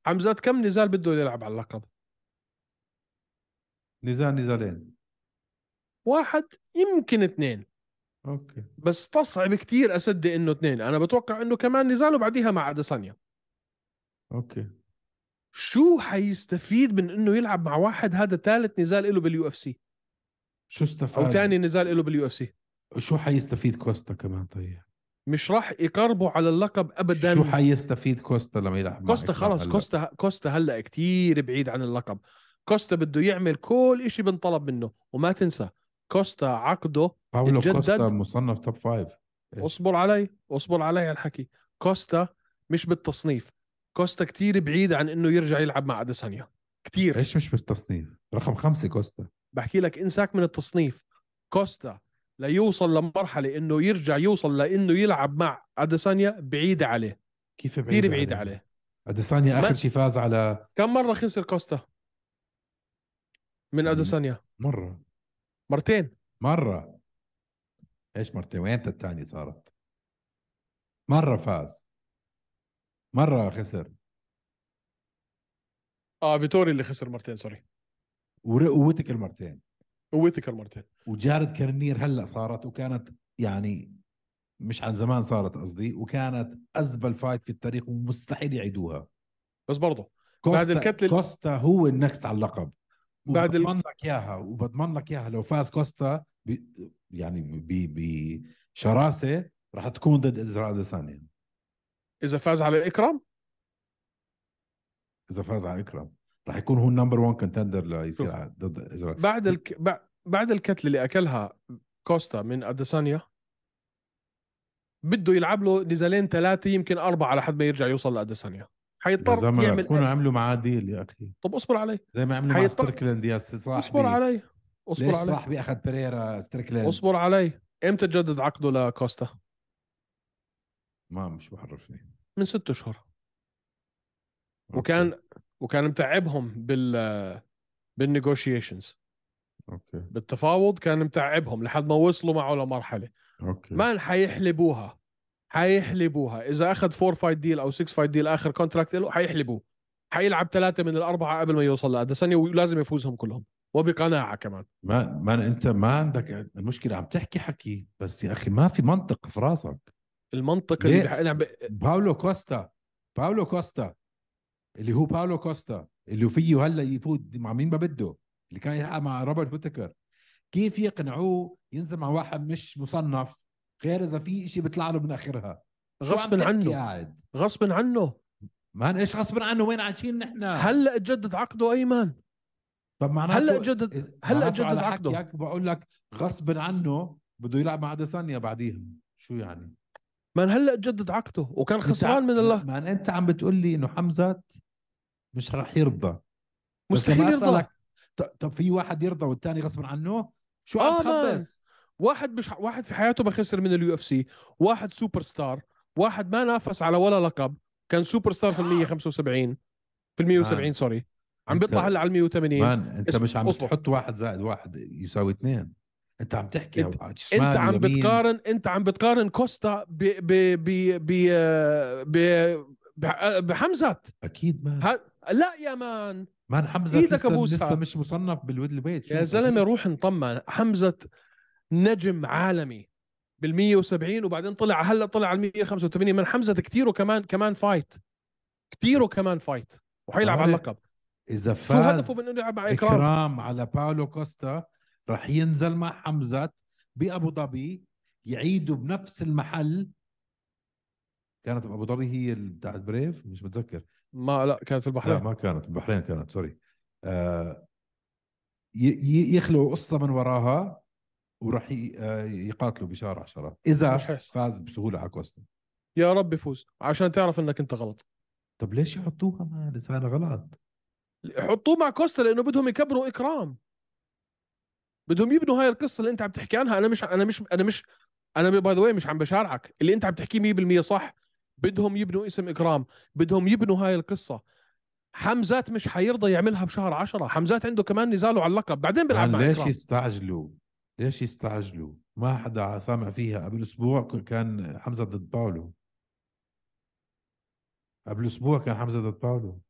S1: حمزات كم نزال بده يلعب على اللقب
S2: نزال نزالين
S1: واحد يمكن اثنين
S2: اوكي
S1: بس تصعب كتير اصدق انه اثنين انا بتوقع انه كمان نزال وبعديها مع اديسانيا
S2: اوكي
S1: شو حيستفيد من انه يلعب مع واحد هذا ثالث نزال له باليو اف سي
S2: شو استفاد
S1: او ثاني نزال له باليو اف سي
S2: شو حيستفيد كوستا كمان طيب
S1: مش راح يقربوا على اللقب ابدا
S2: شو حيستفيد كوستا لما يلعب مع
S1: كوستا
S2: إكرام
S1: خلص
S2: هلأ؟
S1: كوستا كوستا هلا كتير بعيد عن اللقب كوستا بده يعمل كل إشي بنطلب منه وما تنسى كوستا عقده
S2: باولو
S1: اتجدد.
S2: كوستا مصنف توب فايف إيه.
S1: اصبر علي اصبر علي على الحكي كوستا مش بالتصنيف كوستا كتير بعيد عن انه يرجع يلعب مع اديسانيا كتير
S2: ايش مش بالتصنيف رقم خمسة كوستا
S1: بحكي لك انساك من التصنيف كوستا ليوصل لمرحله انه يرجع يوصل لانه يلعب مع اديسانيا بعيده عليه
S2: كيف بعيد
S1: كثير بعيده عليه
S2: اديسانيا
S1: ما-
S2: اخر شيء فاز على
S1: كم مره خسر كوستا من
S2: مم.
S1: اديسانيا
S2: مرة
S1: مرتين
S2: مرة ايش مرتين وين الثانية صارت مرة فاز مرة خسر
S1: اه فيتوري اللي خسر مرتين سوري
S2: ور- ووتك المرتين
S1: ويتكر مرتين
S2: وجارد كرنير هلا صارت وكانت يعني مش عن زمان صارت قصدي وكانت ازبل فايت في التاريخ ومستحيل يعيدوها
S1: بس برضه
S2: كوستا
S1: بعد الكتل-
S2: كوستا هو النكست على اللقب
S1: بعد ال-
S2: وبضمن لك اياها وبضمن لك اياها لو فاز كوستا ب... يعني ب... بشراسه راح تكون ضد ازراء اديسانيا
S1: اذا فاز على اكرام
S2: اذا فاز على اكرم راح يكون هو النمبر 1 كونتندر ليصير
S1: شوف.
S2: على- ضد ازراء
S1: بعد الك... بع- بعد الكتله اللي اكلها كوستا من اديسانيا بده يلعب له نزالين ثلاثه يمكن اربعه لحد ما يرجع يوصل لاديسانيا
S2: زي
S1: حيضطر
S2: ما
S1: يعمل
S2: يكونوا عملوا معاه ديل يا اخي
S1: طب اصبر علي
S2: زي ما عملوا مع
S1: حيضطر-
S2: ستريكلاند يا صاحبي
S1: اصبر علي اصبر
S2: ليش
S1: علي
S2: صاحبي اخذ بريرا ستريكلاند
S1: اصبر علي امتى جدد عقده لكوستا
S2: ما مش بعرفني
S1: من ست اشهر
S2: أوكي.
S1: وكان وكان متعبهم بال بالنيغوشيشنز
S2: اوكي
S1: بالتفاوض كان متعبهم لحد ما وصلوا معه لمرحله
S2: اوكي
S1: مان حيحلبوها حيحلبوها اذا اخذ 4 فايت ديل او 6 فايت ديل اخر كونتراكت له حيحلبوه حيلعب ثلاثه من الاربعه قبل ما يوصل لاديسانيا ولازم يفوزهم كلهم وبقناعه كمان
S2: ما ما انت ما عندك المشكله عم تحكي حكي بس يا اخي ما في منطق في راسك
S1: المنطق
S2: ليه؟
S1: اللي بح- أنا ب...
S2: باولو كوستا باولو كوستا اللي هو باولو كوستا اللي فيه هلا يفوت مع مين ما بده اللي كان يلعب مع روبرت ويتكر كيف يقنعوه ينزل مع واحد مش مصنف غير اذا في إشي بيطلع له من اخرها شو عم
S1: غصب
S2: تحكي
S1: عنه
S2: قاعد
S1: غصب عنه
S2: مان ايش غصب عنه وين عايشين نحن
S1: هلا تجدد عقده ايمن
S2: طب معناته
S1: هلا تجدد
S2: إذ-
S1: هلا
S2: معناته
S1: جدد
S2: على
S1: عقده.
S2: حكيك بقول لك غصب عنه بده يلعب مع ديسانيا بعديها شو يعني
S1: من هلا تجدد عقده وكان
S2: أنت
S1: خسران
S2: عم-
S1: من الله
S2: ما ما انت عم بتقول لي انه حمزات مش رح يرضى بس
S1: مستحيل
S2: لما
S1: يرضى
S2: أسألك، ط- طب في واحد يرضى والثاني غصب عنه شو
S1: آه،
S2: عم تخبص
S1: واحد مش واحد في حياته ما خسر من اليو اف سي واحد سوبر ستار واحد ما نافس على ولا لقب كان سوبر ستار في ال 175 في ال 170 سوري عم
S2: آه. أنت-
S1: بيطلع هلا على ال 180
S2: مان انت
S1: اسم-
S2: مش عم
S1: اصبر.
S2: تحط واحد زائد واحد يساوي اثنين انت عم تحكي
S1: أنت-
S2: على شمال
S1: انت عم
S2: ويمين.
S1: بتقارن انت عم بتقارن كوستا ب ب ب ب ب بح- بحمزات
S2: اكيد مان
S1: ه- لا يا مان
S2: مان حمزه
S1: إيدك
S2: لسه,
S1: أبوسها.
S2: لسه مش مصنف بالويد بيت
S1: يا زلمه روح نطمن حمزه نجم عالمي بال 170 وبعدين طلع هلا طلع على ال 185 من حمزه كثير وكمان كمان فايت كثير وكمان فايت وحيلعب على
S2: بعرف.
S1: اللقب
S2: اذا
S1: شو
S2: فاز
S1: هدفه من انه يلعب مع اكرام
S2: اكرام على باولو كوستا رح ينزل مع حمزه بابو ظبي يعيدوا بنفس المحل كانت ابو ظبي هي ال- بتاعت بريف مش متذكر
S1: ما لا كان في
S2: لا
S1: البحرين
S2: ما كانت البحرين كانت سوري آه ي- ي- يخلقوا قصه من وراها وراح ي- آه، يقاتلوا بشارع شرف اذا
S1: مش حيحصل.
S2: فاز بسهوله على كوستا
S1: يا رب يفوز عشان تعرف انك انت غلط
S2: طب ليش يحطوها ما لسه انا غلط
S1: حطوه مع كوستا لانه بدهم يكبروا اكرام بدهم يبنوا هاي القصه اللي انت عم تحكي عنها انا مش انا مش انا مش انا باي ذا مش عم بشارعك اللي انت عم تحكيه 100% صح بدهم يبنوا اسم اكرام بدهم يبنوا هاي القصه حمزات مش حيرضى يعملها بشهر عشرة حمزات عنده كمان نزاله على اللقب بعدين بيلعب
S2: يعني
S1: مع
S2: ليش
S1: إكرام.
S2: يستعجلوا ليش يستعجلوا ما حدا سامع فيها قبل اسبوع ك- كان حمزه ضد باولو قبل اسبوع كان حمزه ضد باولو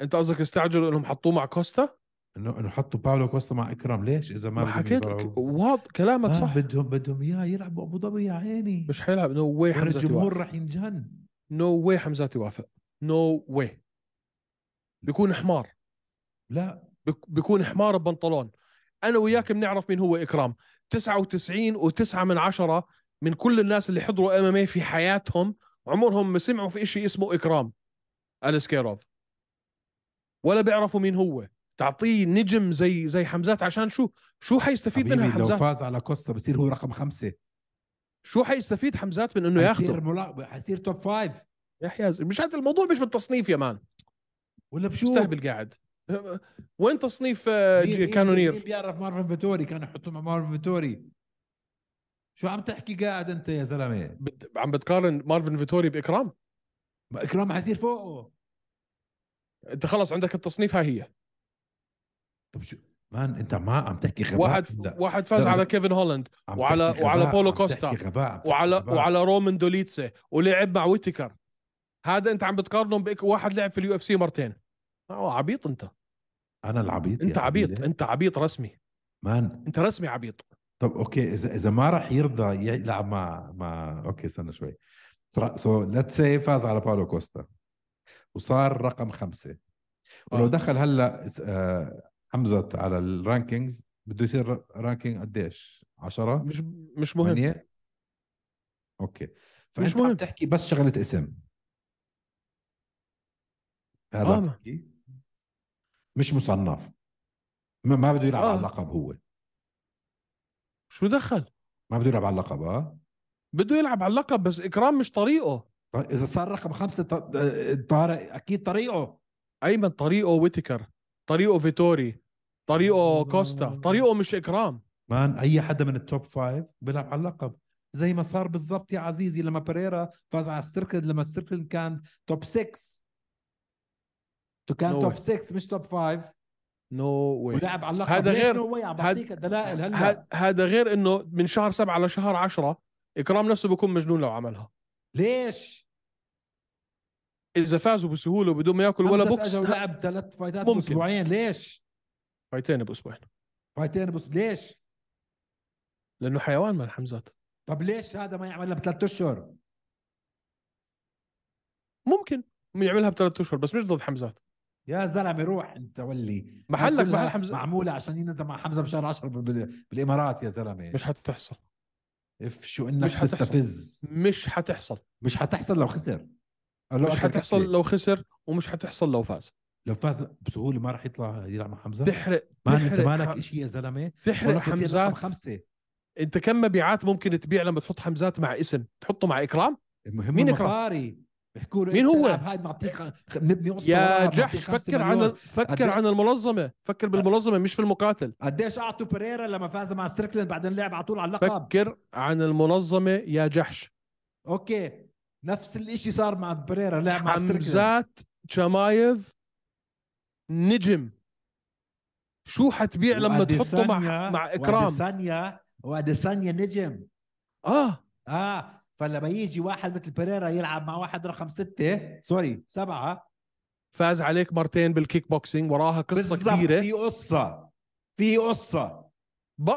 S1: انت قصدك استعجلوا انهم حطوه مع كوستا
S2: انه انه حطوا باولو كوستا مع اكرم ليش اذا ما
S1: ما
S2: بدهم
S1: حكيت لك
S2: يضربوا؟
S1: واضح كلامك
S2: آه،
S1: صح
S2: بدهم بدهم اياه يلعبوا ابو ظبي يا عيني
S1: مش حيلعب نو واي
S2: وين
S1: حمزه
S2: يعني الجمهور
S1: الجمهور
S2: رح ينجن
S1: نو واي حمزه يوافق نو واي بيكون حمار
S2: لا
S1: بك- بيكون حمار ببنطلون انا وياك بنعرف مين هو اكرام 99 و9 من عشرة من كل الناس اللي حضروا ام ام في حياتهم عمرهم ما سمعوا في شيء اسمه اكرام السكيروف ولا بيعرفوا مين هو تعطيه نجم زي زي حمزات عشان شو شو حيستفيد منها
S2: حبيبي لو
S1: حمزات
S2: فاز على كوستا بصير هو رقم خمسه
S1: شو حيستفيد حمزات من انه
S2: حيصير
S1: ياخده
S2: ملا... حيصير توب فايف
S1: يا حياز مش هذا الموضوع مش بالتصنيف يا مان
S2: ولا بشو
S1: مستهبل قاعد وين تصنيف آه،
S2: مين-
S1: جي-
S2: مين- مين
S1: كانونير
S2: بيعرف مارفن فيتوري كانوا يحطوه مع مارفن فيتوري شو عم تحكي قاعد انت يا زلمه
S1: بت- عم بتقارن مارفن فيتوري باكرام
S2: ما اكرام حيصير فوقه
S1: انت خلص عندك التصنيف ها هي
S2: طب شو مان انت ما عم تحكي غباء
S1: واحد
S2: لا،
S1: واحد فاز
S2: لا،
S1: على
S2: لا.
S1: كيفن هولند
S2: عم
S1: وعلى-
S2: تحكي
S1: وعلى
S2: غباء،
S1: بولو
S2: عم تحكي
S1: كوستا.
S2: غباء، عم تحكي
S1: وعلى
S2: غباء.
S1: وعلى رومان دوليتسي ولعب مع ويتكر هذا انت عم بتقارنهم بك واحد لعب في اليو اف سي مرتين آه، عبيط انت
S2: انا العبيط يا
S1: انت عبيط
S2: حبيبي.
S1: انت عبيط رسمي
S2: مان
S1: انت رسمي عبيط
S2: طب اوكي اذا اذا ما راح يرضى يلعب مع مع اوكي استنى شوي سو ليتس سي فاز على باولو كوستا وصار رقم خمسه ولو
S1: آه.
S2: دخل هلا س- آه، حمزه على الرانكينجز بده يصير را- رانكينج قديش 10
S1: مش مش مهم
S2: ثمانية؟ اوكي فانت
S1: مهم.
S2: عم تحكي بس شغله اسم هذا
S1: آه.
S2: عم تحكي. مش مصنف ما- ما بده يلعب
S1: آه.
S2: على اللقب هو
S1: شو دخل
S2: ما بده يلعب على اللقب اه
S1: بده يلعب على اللقب بس اكرام مش طريقه
S2: طيب اذا صار رقم خمسه ط- آه، طارق اكيد طريقه
S1: ايمن طريقه ويتكر طريقه فيتوري طريقه كوستا طريقه مش اكرام
S2: مان اي حدا من التوب فايف بيلعب على اللقب زي ما صار بالضبط يا عزيزي لما بريرا فاز على ستركلند لما ستركلند كان توب 6 تو كان
S1: No
S2: توب
S1: way.
S2: 6 مش توب 5
S1: نو واي
S2: ولعب على اللقب
S1: هذا
S2: ليش
S1: غير-
S2: نو واي عم
S1: هذا-
S2: بعطيك الدلائل هلا
S1: ه- هذا غير انه من شهر سبعة لشهر عشرة اكرام نفسه بيكون مجنون لو عملها
S2: ليش
S1: اذا فازوا بسهوله وبدون ما ياكل ولا
S2: حمزة
S1: بوكس
S2: اجى ولعب ثلاث فايتات
S1: ممكن.
S2: باسبوعين ليش
S1: فايتين باسبوعين
S2: فايتين بس ليش
S1: لانه حيوان من حمزات
S2: طب ليش هذا ما يعملها بثلاث اشهر
S1: ممكن يعملها بثلاث اشهر بس مش ضد حمزات
S2: يا زلمه روح انت ولي
S1: محلك
S2: هاي كلها
S1: محل حمزة.
S2: معموله عشان ينزل مع حمزه بشهر 10 بال- بالامارات يا زلمه
S1: مش حتحصل
S2: اف شو انك
S1: مش حتحصل.
S2: تستفز
S1: مش حتحصل
S2: مش حتحصل لو خسر أو لو
S1: مش
S2: أكل
S1: حتحصل
S2: كتلة.
S1: لو خسر ومش حتحصل لو فاز
S2: لو فاز بسهوله ما راح يطلع يلعب مع حمزه
S1: تحرق
S2: ما انت
S1: تحرق
S2: مالك
S1: ح-
S2: شيء يا زلمه
S1: تحرق
S2: والله حمزه رقم
S1: حمزات
S2: خمسه
S1: انت كم مبيعات ممكن تبيع لما تحط حمزات مع اسم تحطه مع اكرام
S2: المهم
S1: مين
S2: مين
S1: إكرام؟
S2: المصاري بيحكوا له
S1: مين هو؟
S2: هاي بنعطيك خ- بنبني قصه
S1: يا
S2: وراها، بنعطيك
S1: جحش
S2: خمسة
S1: فكر عن
S2: مليون.
S1: ال- فكر
S2: قديه؟
S1: عن المنظمه فكر بالمنظمه مش في المقاتل
S2: قديش اعطوا بريرا لما فاز مع ستريكلاند بعدين لعب على طول على اللقب
S1: فكر عن المنظمه يا جحش
S2: اوكي نفس الاشي صار مع بريرا لعب مع ستريكلاند
S1: حمزات شمايف نجم شو حتبيع لما تحطه مع
S2: وأديسانيا-
S1: مع اكرام
S2: واديسانيا واديسانيا نجم
S1: اه
S2: اه فلما يجي واحد مثل بيريرا يلعب مع واحد رقم ستة سوري سبعة
S1: فاز عليك مرتين بالكيك بوكسينج وراها قصه
S2: بالضبط،
S1: كبيره
S2: في قصة في قصة
S1: ب...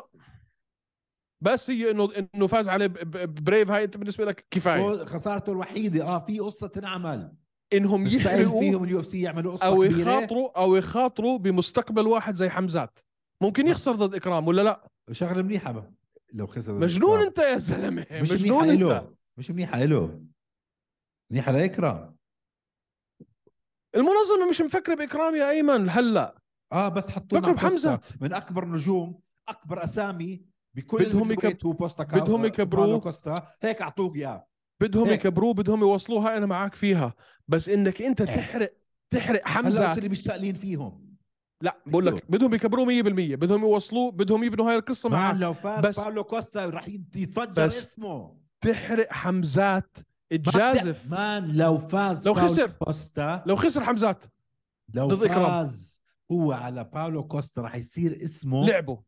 S1: بس هي انه انه فاز عليه ب- ب- بريف هاي انت بالنسبه لك كفايه
S2: هو خسارته الوحيدة اه في قصة تنعمل
S1: انهم
S2: مستحيل
S1: يحرقوا
S2: فيهم اليو اف سي يعملوا قصة
S1: او
S2: كبيرة
S1: يخاطروا او يخاطروا بمستقبل واحد زي حمزات ممكن يخسر ضد اكرام ولا لا
S2: شغلة منيحة بقى. لو خسر
S1: مجنون
S2: الإكرام.
S1: انت يا زلمه
S2: مش
S1: مجنون
S2: منيحة
S1: انت
S2: له مش منيحة له منيحة لإكرام
S1: المنظمه مش مفكره باكرام يا ايمن هلا
S2: اه بس حطوا
S1: فكروا بحمزة.
S2: من اكبر نجوم اكبر اسامي بكل
S1: بدهم
S2: الويت
S1: يكب-
S2: هو بوستا كا-
S1: بدهم يكبروه.
S2: باولو كوستا هيك اعطوك اياه
S1: بدهم
S2: هيك.
S1: يكبروه بدهم يوصلوها انا معاك فيها بس انك انت
S2: هيك.
S1: تحرق تحرق
S2: هلا
S1: حمزه
S2: إيه. قلت لي مش سائلين فيهم
S1: لا بقول لك بدهم يكبروه 100% بدهم يوصلوه بدهم يبنوا هاي القصه
S2: طبعا
S1: معاك
S2: لو فاز
S1: بس-
S2: بس باولو كوستا رح يتفجر
S1: بس
S2: اسمه
S1: تحرق حمزات تجازف
S2: مان لو فاز
S1: لو
S2: باولو
S1: خسر.
S2: كوستا
S1: لو خسر حمزات
S2: لو
S1: ضد إكرام.
S2: فاز هو على باولو كوستا رح يصير اسمه
S1: لعبه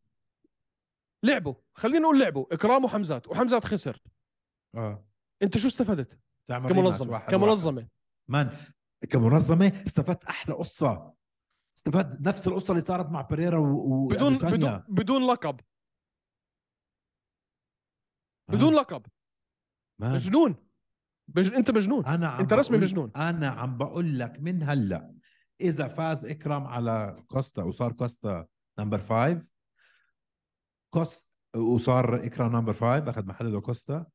S1: لعبه خلينا نقول لعبه اكرام وحمزات وحمزات خسر
S2: اه
S1: انت شو استفدت
S2: تعمل ريماتش
S1: كمنظمه
S2: واحد يعني
S1: كمنظمه
S2: واحد. مان كمنظمه استفدت احلى قصه استفدت نفس القصه اللي صارت مع بريرا و...
S1: بدون
S2: وأديسانيا.
S1: بدون بدون لقب
S2: آه،
S1: بدون لقب
S2: مان.
S1: مجنون بج... انت مجنون
S2: انا عم
S1: انت رسمي
S2: بقول-
S1: مجنون.
S2: انا عم بقول لك من هلا اذا فاز اكرم على كوستا وصار كوستا نمبر فايف كوست وصار اكرم نمبر فايف اخذ محله لكوستا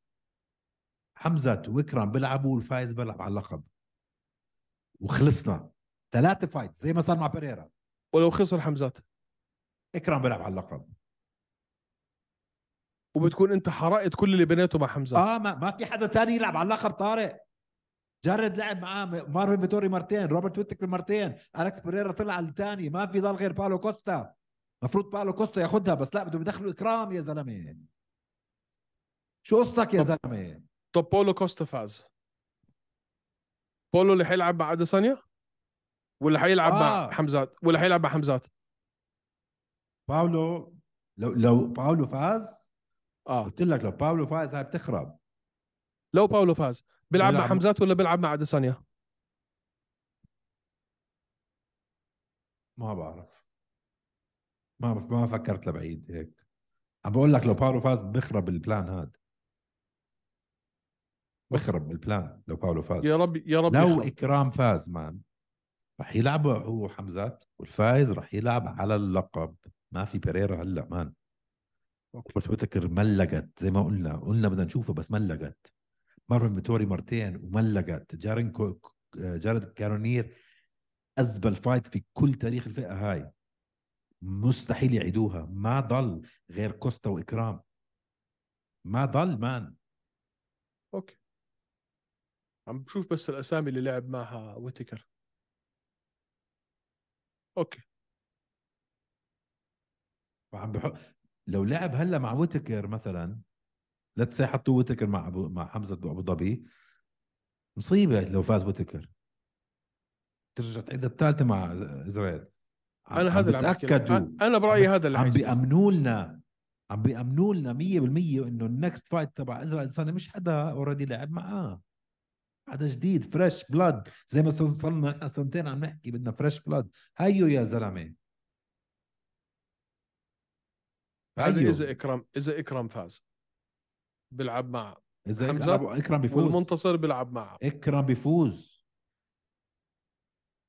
S2: حمزه واكرم بيلعبوا والفايز بيلعب على اللقب وخلصنا ثلاثة فايت زي ما صار مع بريرا
S1: ولو خسر حمزات
S2: اكرم بيلعب على اللقب
S1: وبتكون انت حرقت كل اللي بنيته مع حمزات
S2: اه ما, ما في حدا تاني يلعب على اللقب طارق جرد لعب معاه مارفن فيتوري مرتين روبرت ويتكر مرتين الكس بريرا طلع الثاني ما في ضل غير بالو كوستا مفروض بالو كوستا ياخذها بس لا بدهم يدخلوا اكرام يا زلمه شو قصتك يا
S1: طب-
S2: زلمه
S1: طب بولو كوستا فاز بولو اللي حيلعب مع اديسانيا ولا حيلعب مع
S2: آه.
S1: حمزات ولا حيلعب مع حمزات
S2: باولو لو لو باولو فاز
S1: اه
S2: قلت لك لو باولو فاز هاي بتخرب
S1: لو باولو فاز بيلعب مع
S2: بيلعب-
S1: حمزات ولا بيلعب مع اديسانيا
S2: ما بعرف ما ما فكرت لبعيد هيك عم بقول لك لو باولو فاز بخرب البلان هذا بخرب البلان لو باولو فاز
S1: يا رب يا رب
S2: لو
S1: يخرب.
S2: اكرام فاز مان رح يلعب هو حمزات والفايز رح يلعب على اللقب ما في بيريرا هلا مان روبرت ويتكر ملقت زي ما قلنا قلنا بدنا نشوفه بس ملقت مارفن فيتوري مرتين وملقت جارين كو... جارد كارونير ازبل فايت في كل تاريخ الفئه هاي مستحيل يعيدوها ما ضل غير كوستا واكرام ما ضل مان
S1: اوكي عم بشوف بس الاسامي اللي لعب معها ويتكر اوكي
S2: وعم بحط لو لعب هلا مع ويتكر مثلا لا تسي حطوا ويتكر مع أبو... مع حمزه ابو ظبي مصيبه لو فاز ويتكر ترجع تعيد الثالثه مع اسرائيل عم-
S1: انا
S2: عم
S1: هذا اللي عم بحكي لك.
S2: بتاكدوا
S1: أ- انا برايي هذا اللي
S2: عم
S1: حيصير.
S2: بيأمنوا لنا عم بيأمنوا لنا 100% انه النكست فايت تبع ازرائيل سنه مش حدا اوريدي لعب معاه حدا جديد فريش بلاد زي ما صار- صرنا نحن سنتين عم نحكي بدنا فريش بلاد هيو يا زلمه
S1: هذا
S2: هيو.
S1: اذا اكرام اذا اكرام فاز بيلعب مع
S2: اذا
S1: حمزة
S2: اكرم اكرم بيفوز
S1: والمنتصر بيلعب مع
S2: اكرم بيفوز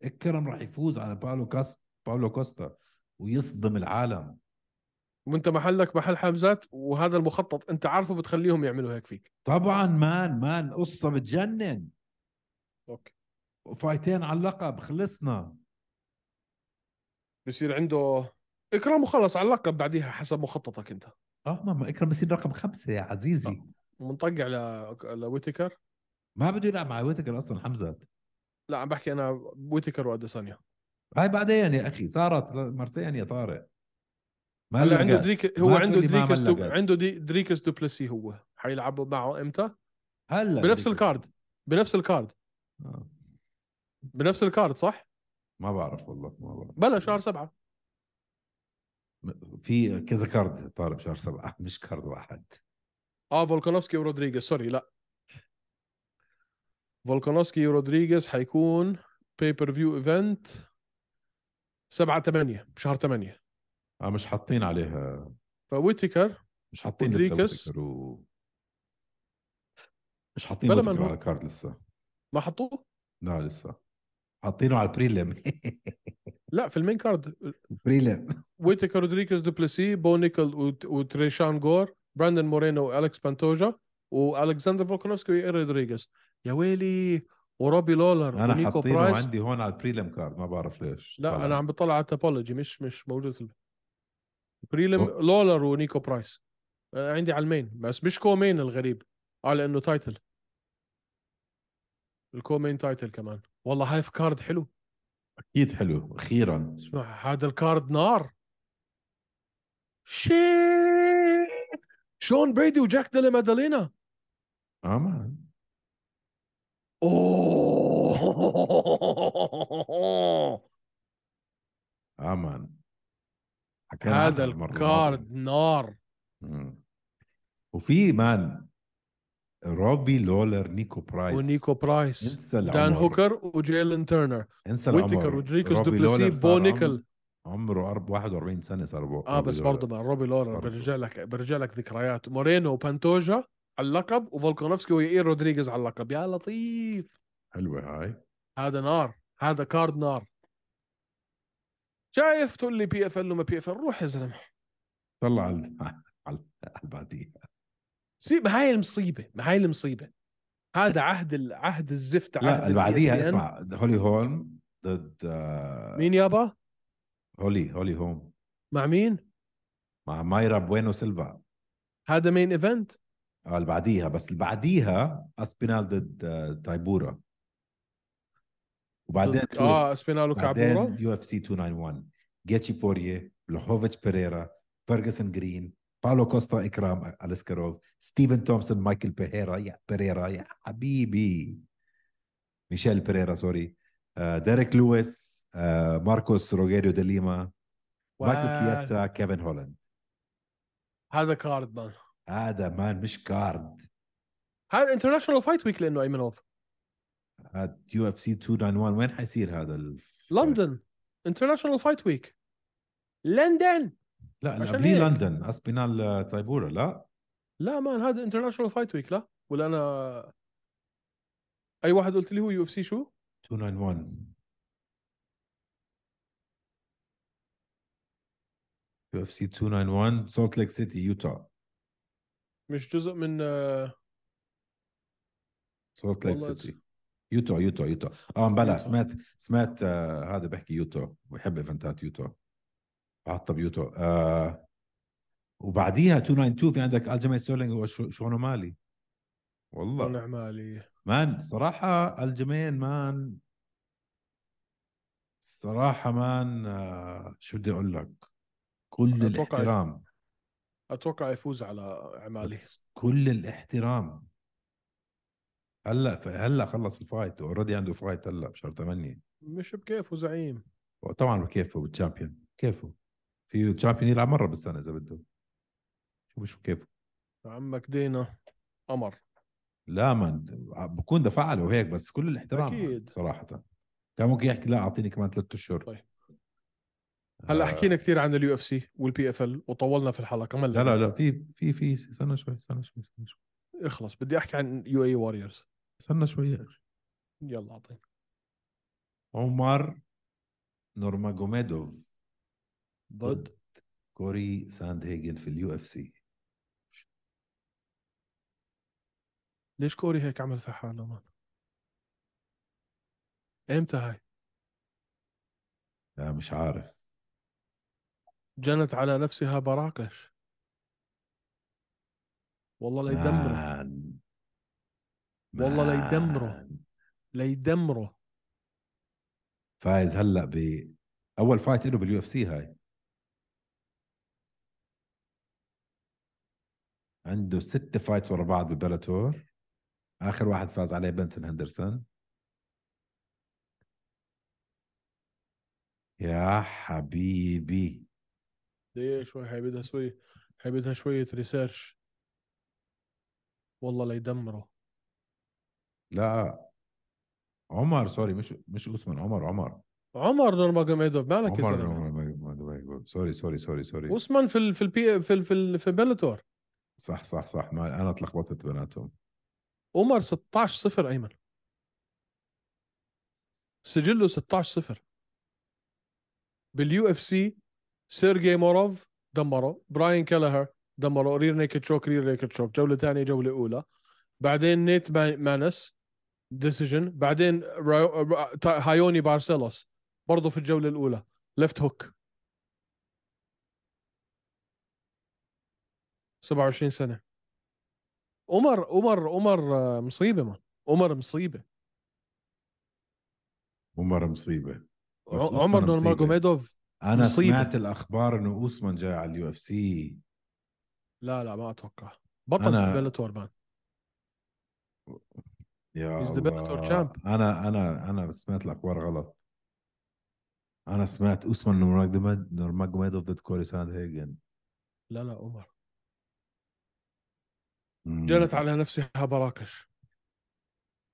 S2: اكرم راح يفوز على باولو كاس باولو كوستا ويصدم العالم
S1: وانت محلك محل حمزات وهذا المخطط انت عارفه بتخليهم يعملوا هيك فيك
S2: طبعا مان مان قصه بتجنن
S1: اوكي
S2: فايتين على اللقب خلصنا
S1: بصير عنده اكرام وخلص على اللقب بعديها حسب مخططك انت
S2: اه ماما اكرم بصير رقم خمسه يا عزيزي
S1: منطقع ل... لويتكر
S2: ما بده يلعب مع ويتكر اصلا حمزه
S1: لا عم بحكي انا ويتكر واديسانيا
S2: هاي بعدين يا اخي صارت مرتين يا طارق ما
S1: هلا
S2: هلا
S1: عنده دريك هو
S2: ما
S1: عنده
S2: تقولي ما
S1: دريكس دو...
S2: ملقت.
S1: عنده دي... دريكس دوبلسي هو حيلعبوا معه امتى؟
S2: هلا
S1: بنفس
S2: دريك-
S1: الكارد بنفس الكارد
S2: آه.
S1: بنفس الكارد صح؟
S2: ما بعرف والله ما بعرف
S1: بلا شهر سبعة
S2: في كذا كارد طارق شهر سبعه مش كارد واحد
S1: اه فولكانوفسكي ورودريغيز سوري لا فولكانوفسكي ورودريغيز حيكون بيبر فيو ايفنت 7 8 بشهر 8
S2: اه مش حاطين عليها
S1: فويتكر
S2: مش حاطين لسه
S1: ودريكس.
S2: ويتكر و... مش حاطين
S1: بلا
S2: ويتكر
S1: منهم.
S2: على الكارد لسه
S1: ما حطوه؟
S2: لا لسه حاطينه على البريلم
S1: لا في المين كارد
S2: البريلم
S1: ويتكر رودريغيز دوبلسي بو نيكل وت- وتريشان جور براندن مورينو والكس بانتوجا والكسندر فولكانوفسكي ورودريغيز يا ويلي وروبي لولر
S2: انا
S1: ونيكو
S2: حاطينه
S1: برايس
S2: عندي هون على البريلم كارد ما بعرف ليش
S1: لا
S2: طلع.
S1: انا عم بطلع على توبولوجي مش مش موجود في بريلم
S2: أوه.
S1: لولر ونيكو برايس آه، عندي على المين بس مش كومين الغريب اه لانه تايتل الكومين تايتل كمان والله هاي في كارد حلو
S2: اكيد حلو اخيرا
S1: اسمع هذا الكارد نار شيء شون بريدي وجاك ديلا مادالينا
S2: اه مان
S1: اوه
S2: اه مان حكينا
S1: هذا
S2: عنها المرة الماضية.
S1: الكارد نار
S2: مم. وفي مان روبي لولر نيكو برايس
S1: ونيكو برايس
S2: انسى العمر
S1: دان هوكر وجيلن ترنر
S2: انسى
S1: ويتكر
S2: العمر
S1: ودريكوس
S2: روبي
S1: دوبلسي
S2: لولر صار
S1: بو
S2: عمره-
S1: نيكل
S2: عمره أرب- 41 سنه صار بو
S1: اه بس برضه مع روبي لورا
S2: برضه.
S1: برجع لك برجع لك ذكريات مورينو وبانتوجا على اللقب وفولكانوفسكي ويائير رودريغيز على اللقب يا لطيف
S2: حلوه هاي
S1: هذا نار هذا كارد نار شايف تقول لي بي اف ال وما بي اف ال روح يا زلمه
S2: طلع على على على البعديه
S1: سيب هاي المصيبه ما هاي المصيبه هذا عهد ال- عهد الزفت عهد
S2: لا
S1: ال
S2: اللي بعديها
S1: ESPN.
S2: اسمع هولي هولم ضد آه،
S1: مين يابا
S2: هولي هولي هوم
S1: مع مين
S2: مع مايرا بوينو سيلفا
S1: هذا مين ايفنت
S2: آه، اللي بعديها بس اللي بعديها اسبينال ضد آه، تايبورا وبعدين
S1: ضد-
S2: تويست.
S1: اه اسبينالو
S2: بعدين
S1: كابورا
S2: يو اف سي 291 جيتشي بوريه بلوهوفيتش بيريرا فيرجسون جرين باولو كوستا اكرام اليسكاروف ستيفن تومسون مايكل بيريرا يا بيريرا يا حبيبي ميشيل بيريرا سوري آه، ديريك لويس آه، ماركوس روغيريو ديليما مايكل كياستا كيفن هولاند
S1: هذا كارد مان
S2: هذا مان مش كارد
S1: هذا انترناشونال فايت ويك لانه ايمنوف
S2: هذا يو اف سي 291 وين حيصير هذا ال...
S1: لندن انترناشونال فايت ويك لندن
S2: لا لا
S1: عشان
S2: قبليه
S1: هيك.
S2: لندن اسبينال آه، تايبورا لا
S1: لا مان هذا انترناشونال فايت ويك لا ولا انا اي واحد قلت لي هو يو اف سي شو
S2: 291 يو اف سي 291 سولت ليك سيتي يوتا
S1: مش جزء من
S2: سولت ليك
S1: والله it's-
S2: سيتي يوتا يوتا يوتا اه بلا
S1: يوتا.
S2: سمعت سمعت آه هذا بحكي يوتا ويحب ايفنتات يوتا عطب يوتا آه وبعديها 292 في عندك الجيمي ستيرلينج وشونو مالي والله
S1: اعمالي
S2: مان صراحة الجيمين مان صراحة مان آه، شو بدي اقول لك
S1: أتوقع
S2: كل الاحترام
S1: اتوقع يفوز على اعمالي
S2: بس كل الاحترام هلا ف- هلا خلص الفايت اوريدي عنده فايت هلا بشهر 8
S1: مش بكيفه زعيم
S2: طبعا بكيفه بالتشامبيون كيفه في تشامبيون يلعب مره بالسنه اذا بده شو مش بكيفه
S1: عمك دينا قمر
S2: لا مان بكون دفع له هيك بس كل الاحترام مان،
S1: أكيد.
S2: صراحة كان ممكن يحكي لا اعطيني كمان ثلاثة اشهر
S1: طيب. هلا
S2: آه،
S1: حكينا كثير عن اليو اف سي والبي اف ال وطولنا في الحلقه ما
S2: لا لا لا في في في استنى شوي استنى شوي استنى شوي
S1: اخلص بدي احكي عن يو اي واريورز
S2: استنى شوي يا اخي
S1: يلا اعطيني
S2: عمر نورماجوميدوف
S1: ضد
S2: كوري ساند هيجن في اليو اف سي
S1: ليش كوري هيك عمل في حاله مان امتى هاي
S2: لا مش عارف
S1: جنت على نفسها براكش والله
S2: آه.
S1: ليدمره
S2: مان.
S1: والله لا يدمره.
S2: مان.
S1: ليدمره
S2: فايز هلا ب اول فايت له باليو اف سي هاي عنده ست فايتس ورا بعض ببلاتور اخر واحد فاز عليه بنتن هندرسون يا حبيبي
S1: ليه شوي هي بدها شوي هي بدها شوية ريسيرش والله ليدمره
S2: لا عمر سوري مش مش اوسمان عمر عمر
S1: عمر نورماجوميدوف مالك يا
S2: عمر
S1: زلمه
S2: عمر ما- ما- ما- سوري سوري سوري سوري
S1: اوسمان في ال في البي في ال في, ال في بلاتور
S2: صح صح صح ما انا تلخبطت بيناتهم
S1: عمر 16 صفر ايمن سجله 16 صفر باليو اف سي سيرجي موروف دمره براين كالهر دمره رير نيكد شوك رير نيكد شوك جوله ثانيه جوله اولى بعدين نيت ما- مانس ديسيجن بعدين را- را- تا- هايوني بارسيلوس برضه في الجوله الاولى ليفت هوك 27 سنه عمر عمر عمر آه، مصيبه مان عمر مصيبه
S2: عمر مصيبه بس
S1: ع-
S2: أوسمان
S1: عمر
S2: مصيبة.
S1: نورماجوميدوف
S2: انا
S1: مصيبة.
S2: سمعت الاخبار انه اوسمان جاي على اليو اف سي
S1: لا لا ما اتوقع بطل
S2: أنا-
S1: في بلاتور مان
S2: يا
S1: He's the Bellator
S2: الله.
S1: champ.
S2: انا انا انا سمعت الاخبار غلط انا سمعت اوسمان نورماجوميد- نورماجوميدوف ضد كوري ساند هيجن
S1: لا لا عمر
S2: مم.
S1: جنت على نفسها براكش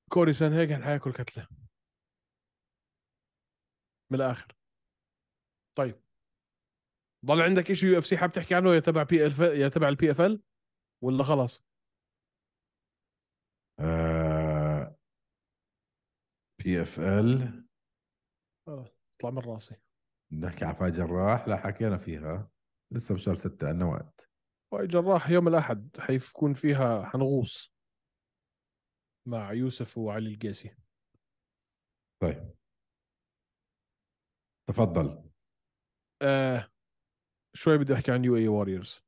S1: كوري سان هيجن حياكل كتله من الاخر طيب ضل عندك شيء يو اف سي حاب تحكي عنه يا تبع بي اف يا تبع البي اف ال ولا خلاص
S2: آه، بي اف ال
S1: اطلع من راسي
S2: نحكي على فاي جراح لا حكينا فيها لسه بشهر ستة عندنا وقت
S1: باي جراح يوم الاحد حيكون فيها حنغوص مع يوسف وعلي القاسي
S2: طيب تفضل
S1: آه شوي بدي احكي عن يو اي واريورز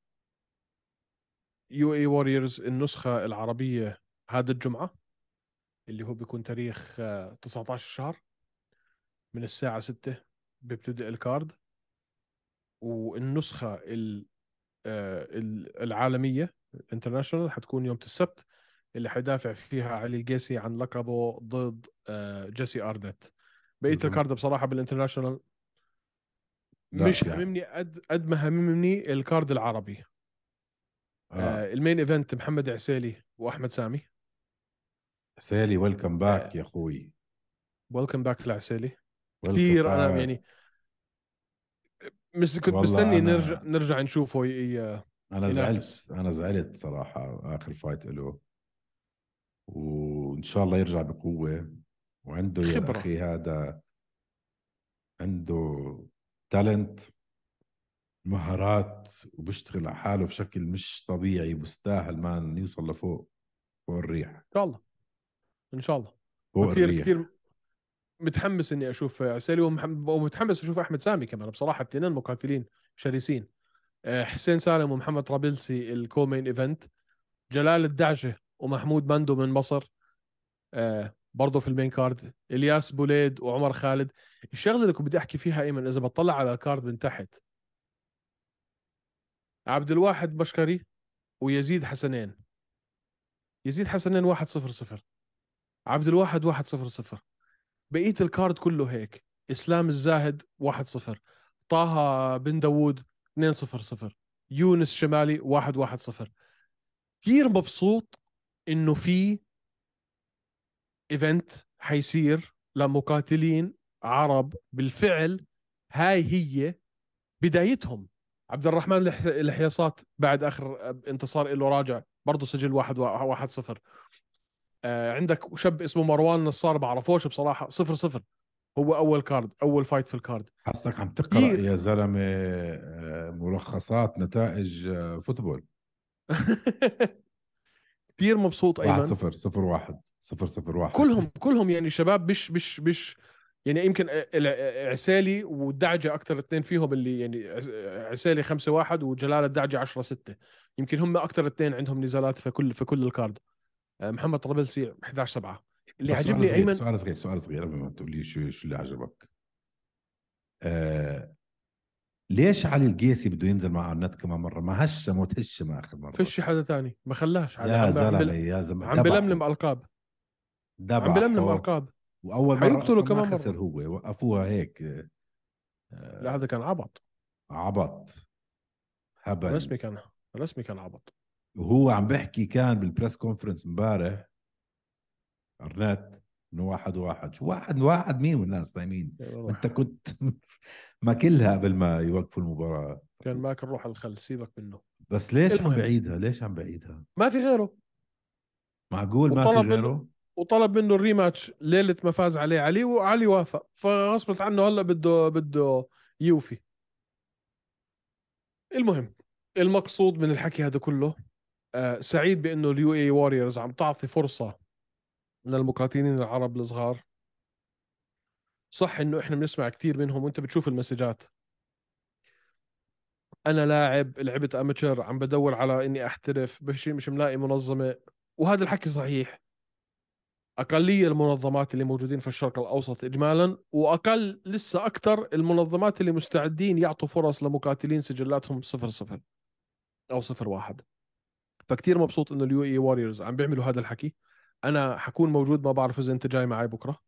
S1: يو اي واريورز النسخة العربية هذا الجمعة اللي هو بيكون تاريخ آه 19 شهر من الساعة 6 بيبتدئ الكارد والنسخة ال- آه، ال- العالمية الانترناشونال حتكون يوم السبت اللي حيدافع فيها علي القيسي عن لقبه ضد آه، جيسي ارنت بقية
S2: بالضبط.
S1: الكارد بصراحة بالانترناشونال
S2: لا، يعني.
S1: مش
S2: لا.
S1: هممني قد قد ما هممني الكارد العربي
S2: آه.
S1: آه المين ايفنت محمد عسيلي واحمد سامي
S2: سالي ويلكم باك يا اخوي
S1: ويلكم باك لعسيلي
S2: Welcome
S1: كثير انا
S2: back.
S1: يعني مش كنت
S2: والله
S1: مستني
S2: أنا-
S1: نرجع نرجع نشوفه ي- ي-
S2: انا
S1: ينافس.
S2: زعلت انا زعلت صراحه اخر فايت له وان شاء الله يرجع بقوه وعنده يا
S1: خبرة.
S2: اخي هذا عنده تالنت مهارات وبيشتغل على حاله بشكل مش طبيعي مستاهل مان يوصل لفوق فوق الريح
S1: ان شاء الله ان شاء الله
S2: فوق
S1: كثير
S2: الريح
S1: كثير متحمس اني اشوف عسيلي ومحم- ومتحمس اشوف احمد سامي كمان بصراحه الاثنين مقاتلين شرسين آه، حسين سالم ومحمد رابلسي الكومين ايفنت جلال الدعشه ومحمود مندو من مصر آه، برضه في المين كارد الياس بوليد وعمر خالد الشغله اللي كنت بدي احكي فيها ايمن اذا بتطلع على الكارد من تحت عبد الواحد بشكري ويزيد حسنين يزيد حسنين واحد صفر صفر عبد الواحد واحد صفر صفر بقيه الكارد كله هيك اسلام الزاهد واحد صفر طه بن داوود 2 0 0 يونس شمالي 1 1 0 كثير مبسوط انه في ايفنت حيصير لمقاتلين عرب بالفعل هاي هي بدايتهم عبد الرحمن الح- الحياصات بعد اخر انتصار له راجع برضه سجل 1 1 0 آه، عندك شاب اسمه مروان نصار بعرفوش بصراحه 0 0 هو اول كارد اول فايت في الكارد
S2: حسك عم تقرا
S1: كتير.
S2: يا زلمه آه، ملخصات نتائج آه، فوتبول
S1: كثير مبسوط
S2: 1
S1: ايمن
S2: 0 0 1 0 0 1
S1: كلهم كلهم يعني شباب مش مش مش يعني يمكن الع- عسالي والدعجه اكثر اثنين فيهم اللي يعني عس- عسالي 5 1 وجلال الدعجه 10 6 يمكن هم اكثر اثنين عندهم نزالات في كل في كل الكارد آه، محمد طرابلسي 11 7 اللي
S2: طب سؤال
S1: عجبني
S2: صغير-
S1: ايمن
S2: سؤال صغير سؤال صغير قبل ما تقول لي شو شو اللي عجبك آه ليش علي القيسي بده ينزل مع ارنت كمان مره ما هشم وتهشم اخر مره
S1: فيش حدا ثاني ما خلاش حدا
S2: يا
S1: عم- عم
S2: زلمه
S1: بل-
S2: يا زلمه
S1: عم بلملم القاب عم بلملم القاب
S2: واول مره
S1: حيقتلوا
S2: اصلا ما
S1: كمان مرة.
S2: خسر هو وقفوها هيك آه،
S1: لا هذا كان عبط
S2: عبط
S1: رسمي
S2: هبل
S1: كان رسمي كان عبط
S2: وهو عم بحكي كان بالبريس كونفرنس امبارح ارنت انه واحد واحد شو واحد واحد مين والناس نايمين انت كنت ماكلها قبل ما يوقفوا المباراه
S1: كان ماكل روح الخل سيبك منه
S2: بس ليش
S1: المهم.
S2: عم بعيدها ليش عم بعيدها
S1: ما في غيره
S2: معقول ما في
S1: وطلب منه-
S2: غيره
S1: وطلب منه الريماتش ليله ما فاز عليه علي وعلي وافق فغصبت عنه هلا بده بده يوفي المهم المقصود من الحكي هذا كله آه، سعيد بانه اليو اي واريورز عم تعطي فرصه للمقاتلين العرب الصغار صح انه احنا بنسمع كثير منهم وانت بتشوف المسجات انا لاعب لعبت اماتشر عم بدور على اني احترف بشي مش ملاقي منظمه وهذا الحكي صحيح أقلية المنظمات اللي موجودين في الشرق الأوسط إجمالا وأقل لسه أكثر المنظمات اللي مستعدين يعطوا فرص لمقاتلين سجلاتهم صفر صفر أو صفر واحد فكتير مبسوط إنه اليو إي واريورز عم بيعملوا هذا الحكي أنا حكون موجود ما بعرف إذا أنت جاي معي بكرة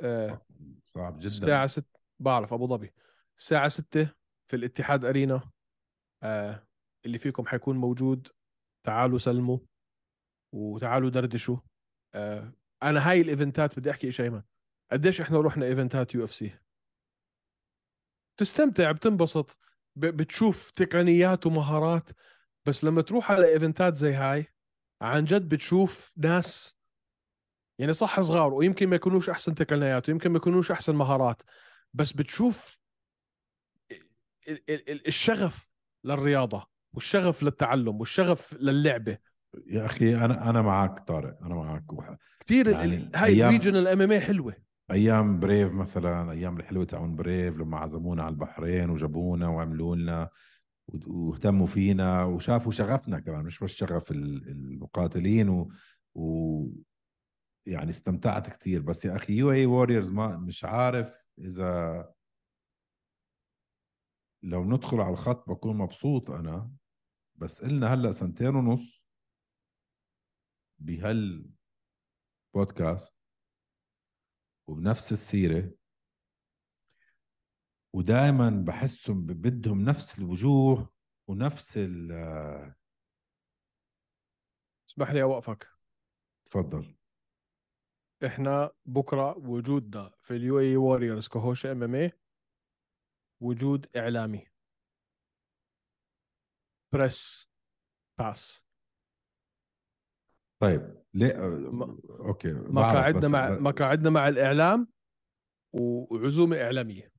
S1: أه
S2: صعب- صعب جدا
S1: الساعة ست بعرف أبو ظبي الساعة ستة في الاتحاد أرينا آه اللي فيكم حيكون موجود تعالوا سلموا وتعالوا دردشوا آه، انا هاي الايفنتات بدي احكي شيء ايمن قديش احنا رحنا ايفنتات يو اف سي بتستمتع بتنبسط ب- بتشوف تقنيات ومهارات بس لما تروح على ايفنتات زي هاي عن جد بتشوف ناس يعني صح صغار ويمكن ما يكونوش احسن تقنيات ويمكن ما يكونوش احسن مهارات بس بتشوف ال- ال- ال- الشغف للرياضه والشغف للتعلم والشغف للعبه
S2: يا اخي انا انا معك طارق انا معك وح-
S1: كثير
S2: يعني
S1: يعني هاي
S2: أيام-
S1: الريجنال ام ام اي حلوه
S2: ايام بريف مثلا ايام الحلوه تاعون بريف لما عزمونا على البحرين وجابونا وعملوا لنا و- واهتموا فينا وشافوا شغفنا كمان مش بس شغف ال- المقاتلين و, و يعني استمتعت كثير بس يا اخي يو اي ووريرز ما مش عارف اذا لو ندخل على الخط بكون مبسوط انا بس قلنا هلا سنتين ونص بهالبودكاست وبنفس السيره ودائما بحسهم ب- بدهم نفس الوجوه ونفس ال
S1: اسمح لي اوقفك
S2: تفضل
S1: احنا بكره وجودنا في اليو اي ووريرز كهوشه ام ام اي وجود اعلامي بريس باس
S2: طيب ليه
S1: ما-
S2: اوكي بعرف
S1: مقاعدنا
S2: بس-
S1: مع
S2: ب-
S1: مقاعدنا مع الاعلام وعزومه اعلاميه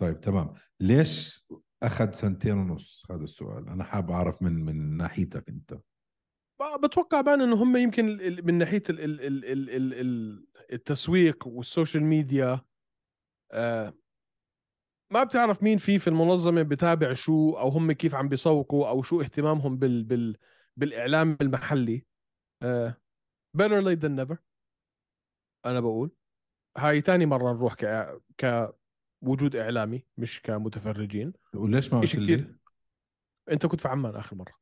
S2: طيب تمام ليش اخذ سنتين ونص هذا السؤال انا حاب اعرف من من ناحيتك انت
S1: ب- بتوقع بان انه هم يمكن ال- ال- من ناحيه ال ال ال ال ال ال التسويق والسوشيال ميديا آه، ما بتعرف مين في في المنظمه بتابع شو او هم كيف عم بيسوقوا او شو اهتمامهم بال بال بالاعلام المحلي آه، better late than never انا بقول هاي تاني مره نروح ك كوجود اعلامي مش كمتفرجين
S2: وليش ما قلت
S1: إشي
S2: لي
S1: كتير. انت كنت في عمان اخر مره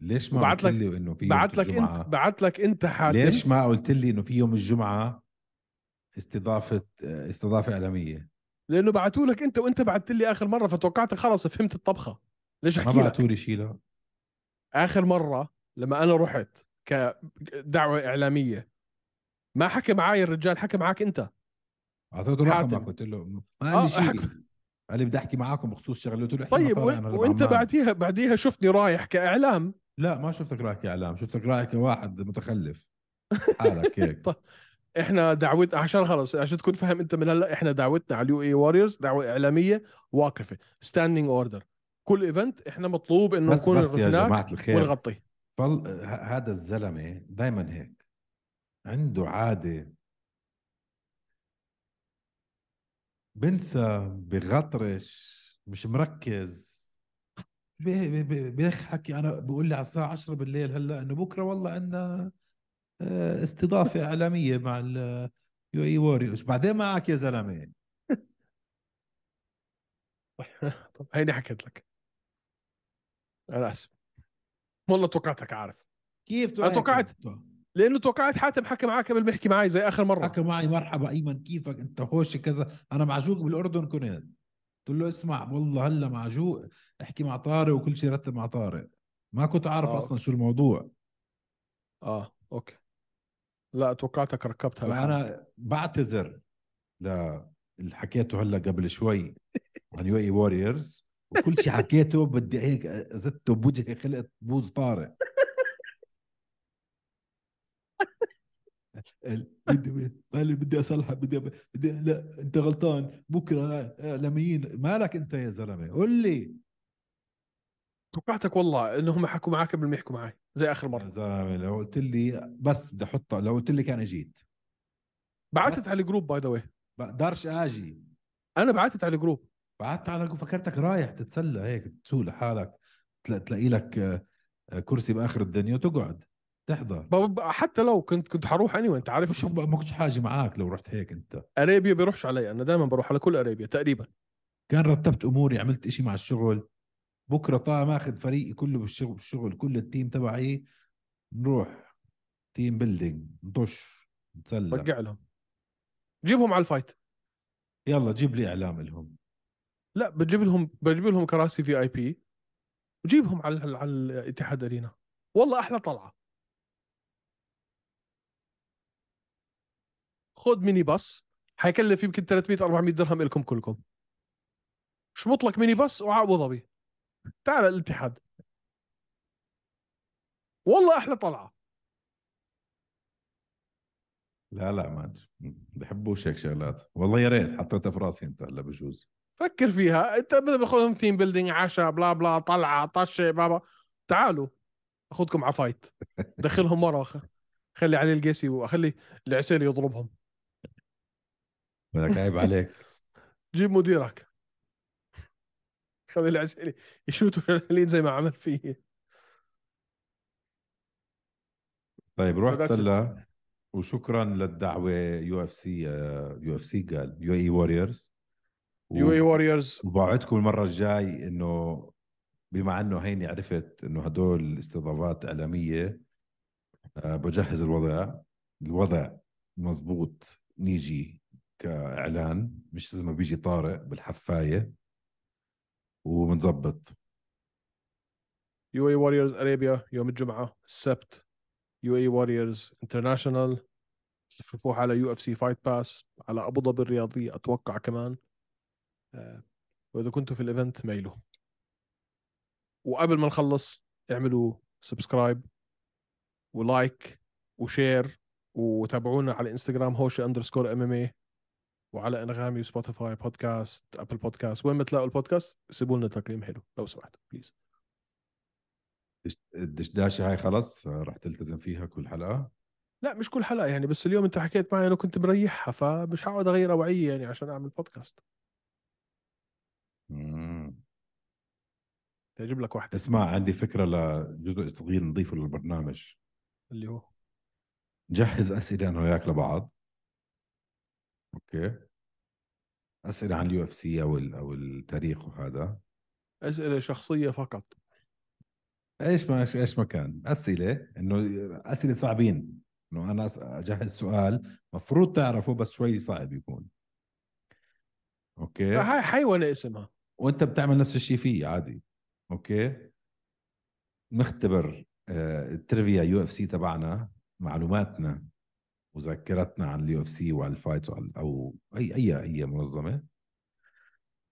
S2: ليش ما
S1: بعت
S2: قلت
S1: لك-
S2: لي انه في يوم
S1: بعت لك
S2: الجمعة؟
S1: انت بعت لك انت حاتم
S2: ليش ما قلت لي انه في يوم آه، الجمعه استضافه استضافه اعلاميه
S1: لانه بعثوا لك انت وانت بعثت لي اخر مره فتوقعت خلص فهمت الطبخه ليش
S2: ما
S1: احكي لك
S2: بعثوا لي شيء لا
S1: اخر مره لما انا رحت كدعوه اعلاميه ما حكى معاي الرجال حكى معاك انت
S2: اعطيته
S1: حاتم.
S2: رقمك قلت له ما قال
S1: آه،
S2: لي شيء
S1: حك-
S2: قال لي بدي احكي معاكم بخصوص شغله قلت له احكي مع
S1: طيب
S2: طارق،
S1: وإن-
S2: أنا
S1: وانت
S2: زعلان.
S1: بعديها بعديها شفتني رايح كاعلام
S2: لا ما شفتك رايح كاعلام شفتك رايح كواحد متخلف حالك هيك
S1: طيب. احنا دعوتنا عشان خلص عشان تكون فاهم انت من هلا احنا دعوتنا على اليو اي واريورز دعوه اعلاميه واقفه ستاندينج اوردر كل ايفنت احنا مطلوب انه
S2: بس
S1: طيب، نكون
S2: بس يا
S1: هناك
S2: جماعه الخير
S1: ونغطي
S2: فل... ه- هذا الزلمه دائما هيك عنده عاده بنسى بغطرش مش مركز بي- بي- بي- بيضحك انا بقول لي على الساعه 10 بالليل هلا انه بكره والله عندنا آه، استضافه اعلاميه مع اليو اي ووريرز بعدين معك يا زلمه
S1: طب هيني حكيت لك انا اسف والله توقعتك عارف
S2: كيف
S1: أنا توقعت. لانه توقعت حاتم حكى معاك قبل ما يحكي معي زي اخر مره
S2: حكى معي مرحبا ايمن كيفك انت هوش كذا انا معجوق بالاردن كنت قلت له اسمع والله هلا معجوق احكي مع طارق وكل شيء رتب مع طارق ما كنت اعرف
S1: آه،
S2: اصلا شو الموضوع
S1: اه اوكي لا توقعتك ركبتها لحالك.
S2: فانا بعتذر ل اللي حكيته هلا قبل شوي عن يو اي ووريرز وكل شيء حكيته بدي هيك زدته بوجهي خلقت بوز طارق قال بدي قال لي بدي اصلحك بدي بدي لا انت غلطان بكره اعلاميين مالك انت يا زلمه قول لي
S1: توقعتك والله انهم حكوا معاك قبل ما يحكوا معي زي اخر
S2: يا
S1: مره
S2: زلمه لو قلت لي بس بدي احطها لو قلت لي كان اجيت
S1: بعتت
S2: بس.
S1: على الجروب باي ذا واي
S2: بقدرش اجي
S1: انا بعتت على الجروب
S2: بعدت على فكرتك رايح تتسلى هيك تسوق لحالك تلا- تلاقي لك آه، آه، كرسي باخر الدنيا وتقعد تحضر
S1: ب- ب- حتى لو كنت كنت حروح اني anyway. انت عارف
S2: مش ما كنتش حاجه معك لو رحت هيك انت
S1: اريبيا بيروحش علي انا دائما بروح على كل اريبيا تقريبا
S2: كان رتبت اموري عملت إشي مع الشغل بكره طالع ماخذ فريقي كله بالشغل بالشغل كل التيم تبعي نروح تيم بيلدينج نطش نتسلى
S1: رجع لهم جيبهم على الفايت
S2: يلا جيب لي اعلام لهم
S1: لا بجيب لهم بجيب لهم كراسي في اي بي وجيبهم على على- على الاتحاد ارينا والله احلى طلعه خذ ميني باص حيكلف يمكن 300 400 درهم لكم كلكم شمط لك ميني باص وعابو ظبي تعال الاتحاد والله احلى طلعه
S2: لا لا ماج بحبوش هيك شغلات والله يا ريت حطيتها في راسي انت هلا بجوز
S1: فكر فيها انت بدنا باخذهم تيم بيلدينج عشاء بلا بلا طلعه طشه بابا تعالوا اخذكم على فايت دخلهم ورا خ- خلي علي القيسي واخلي العسيلي يضربهم
S2: بدك عيب عليك
S1: جيب مديرك خلي العسيلي يشوتوا شلالين زي ما عمل فيه
S2: طيب روح
S1: فذاتس
S2: تسلى وشكرا للدعوه يو اف سي يو اف سي آه، قال يو اي واريورز
S1: يو اي واريورز
S2: وبوعدكم المره الجاي انه بما انه هيني عرفت انه هدول استضافات اعلاميه آه، بجهز الوضع الوضع مزبوط نيجي كاعلان مش زي ما بيجي طارق بالحفايه وبنظبط
S1: يو اي واريورز اريبيا يوم الجمعه السبت يو اي واريورز انترناشونال شوفوه على يو اف سي فايت باس على ابو ظبي الرياضيه اتوقع كمان آه، واذا كنتوا في الايفنت ميلوا وقبل ما نخلص اعملوا سبسكرايب ولايك وشير وتابعونا على انستغرام هوشه اندرسكور ام ام اي وعلى انغامي وسبوتيفاي بودكاست ابل بودكاست وين ما تلاقوا البودكاست سيبوا لنا تقييم حلو لو سمحتوا بليز
S2: الدشداشه هاي خلص آه، رح تلتزم فيها كل حلقه
S1: لا مش كل حلقه يعني بس اليوم انت حكيت معي انا كنت مريحها فمش هقعد اغير اوعيه يعني عشان اعمل بودكاست
S2: مم.
S1: تعجب لك واحده
S2: اسمع عندي فكرة لجزء صغير نضيفه للبرنامج
S1: اللي هو
S2: جهز أسئلة أنا وياك لبعض أوكي أسئلة عن اليو اف سي أو ال- أو التاريخ وهذا
S1: اسئله شخصيه فقط
S2: إيش ما إيش- إيش ما كان أسئلة إنه أسئلة صعبين إنه أنا أس- أجهز سؤال مفروض تعرفه بس شوي صعب يكون أوكي
S1: هاي حيوانه اسمها
S2: وانت بتعمل نفس الشيء فيه عادي اوكي نختبر آه، الترivia يو اف سي تبعنا معلوماتنا وذاكرتنا عن اليو اف سي وعن الفايت وعن او اي اي اي منظمه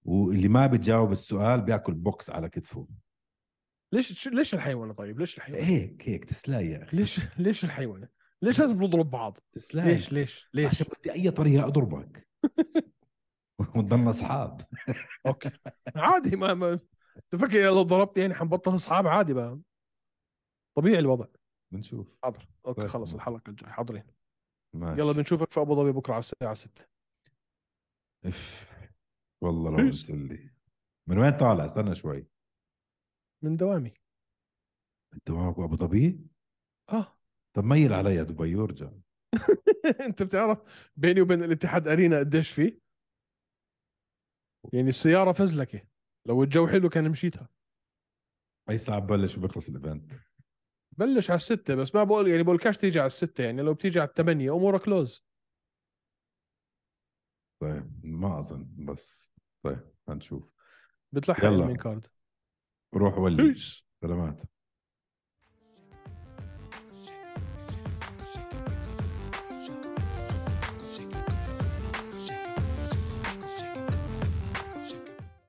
S2: واللي ما بتجاوب السؤال بياكل بوكس على كتفه
S1: ليش شو- ليش الحيوانه طيب ليش الحيوانه
S2: هيك هيك تسلاي يا اخي
S1: ليش ليش الحيوانه ليش لازم نضرب بعض
S2: تسلاي
S1: ليش ليش ليش
S2: إيه. عشان بدي اي طريقه اضربك ونضلنا اصحاب
S1: اوكي عادي ما, ما تفكر لو ضربت يعني حنبطل اصحاب عادي بقى طبيعي الوضع
S2: بنشوف
S1: حاضر اوكي
S2: طيب.
S1: خلص الحلقه الجايه حاضرين
S2: ماشي
S1: يلا بنشوفك في ابو ظبي بكره على الساعه 6
S2: اف والله لو قلت لي من وين طالع استنى شوي
S1: من دوامي
S2: انت معك ابو ظبي
S1: اه
S2: طب ميل علي دبي وارجع
S1: انت بتعرف بيني وبين الاتحاد ارينا قديش فيه؟ يعني السياره فزلكه لو الجو حلو كان مشيتها
S2: اي ساعه ببلش وبيخلص الايفنت
S1: بلش على الستة بس ما بقول يعني بقولكاش تيجي على الستة يعني لو بتيجي على الثمانية امورها كلوز
S2: طيب ما اظن بس طيب هنشوف
S1: بتلحق
S2: يلا.
S1: المين كارد
S2: روح ولي
S1: بيس
S2: سلامات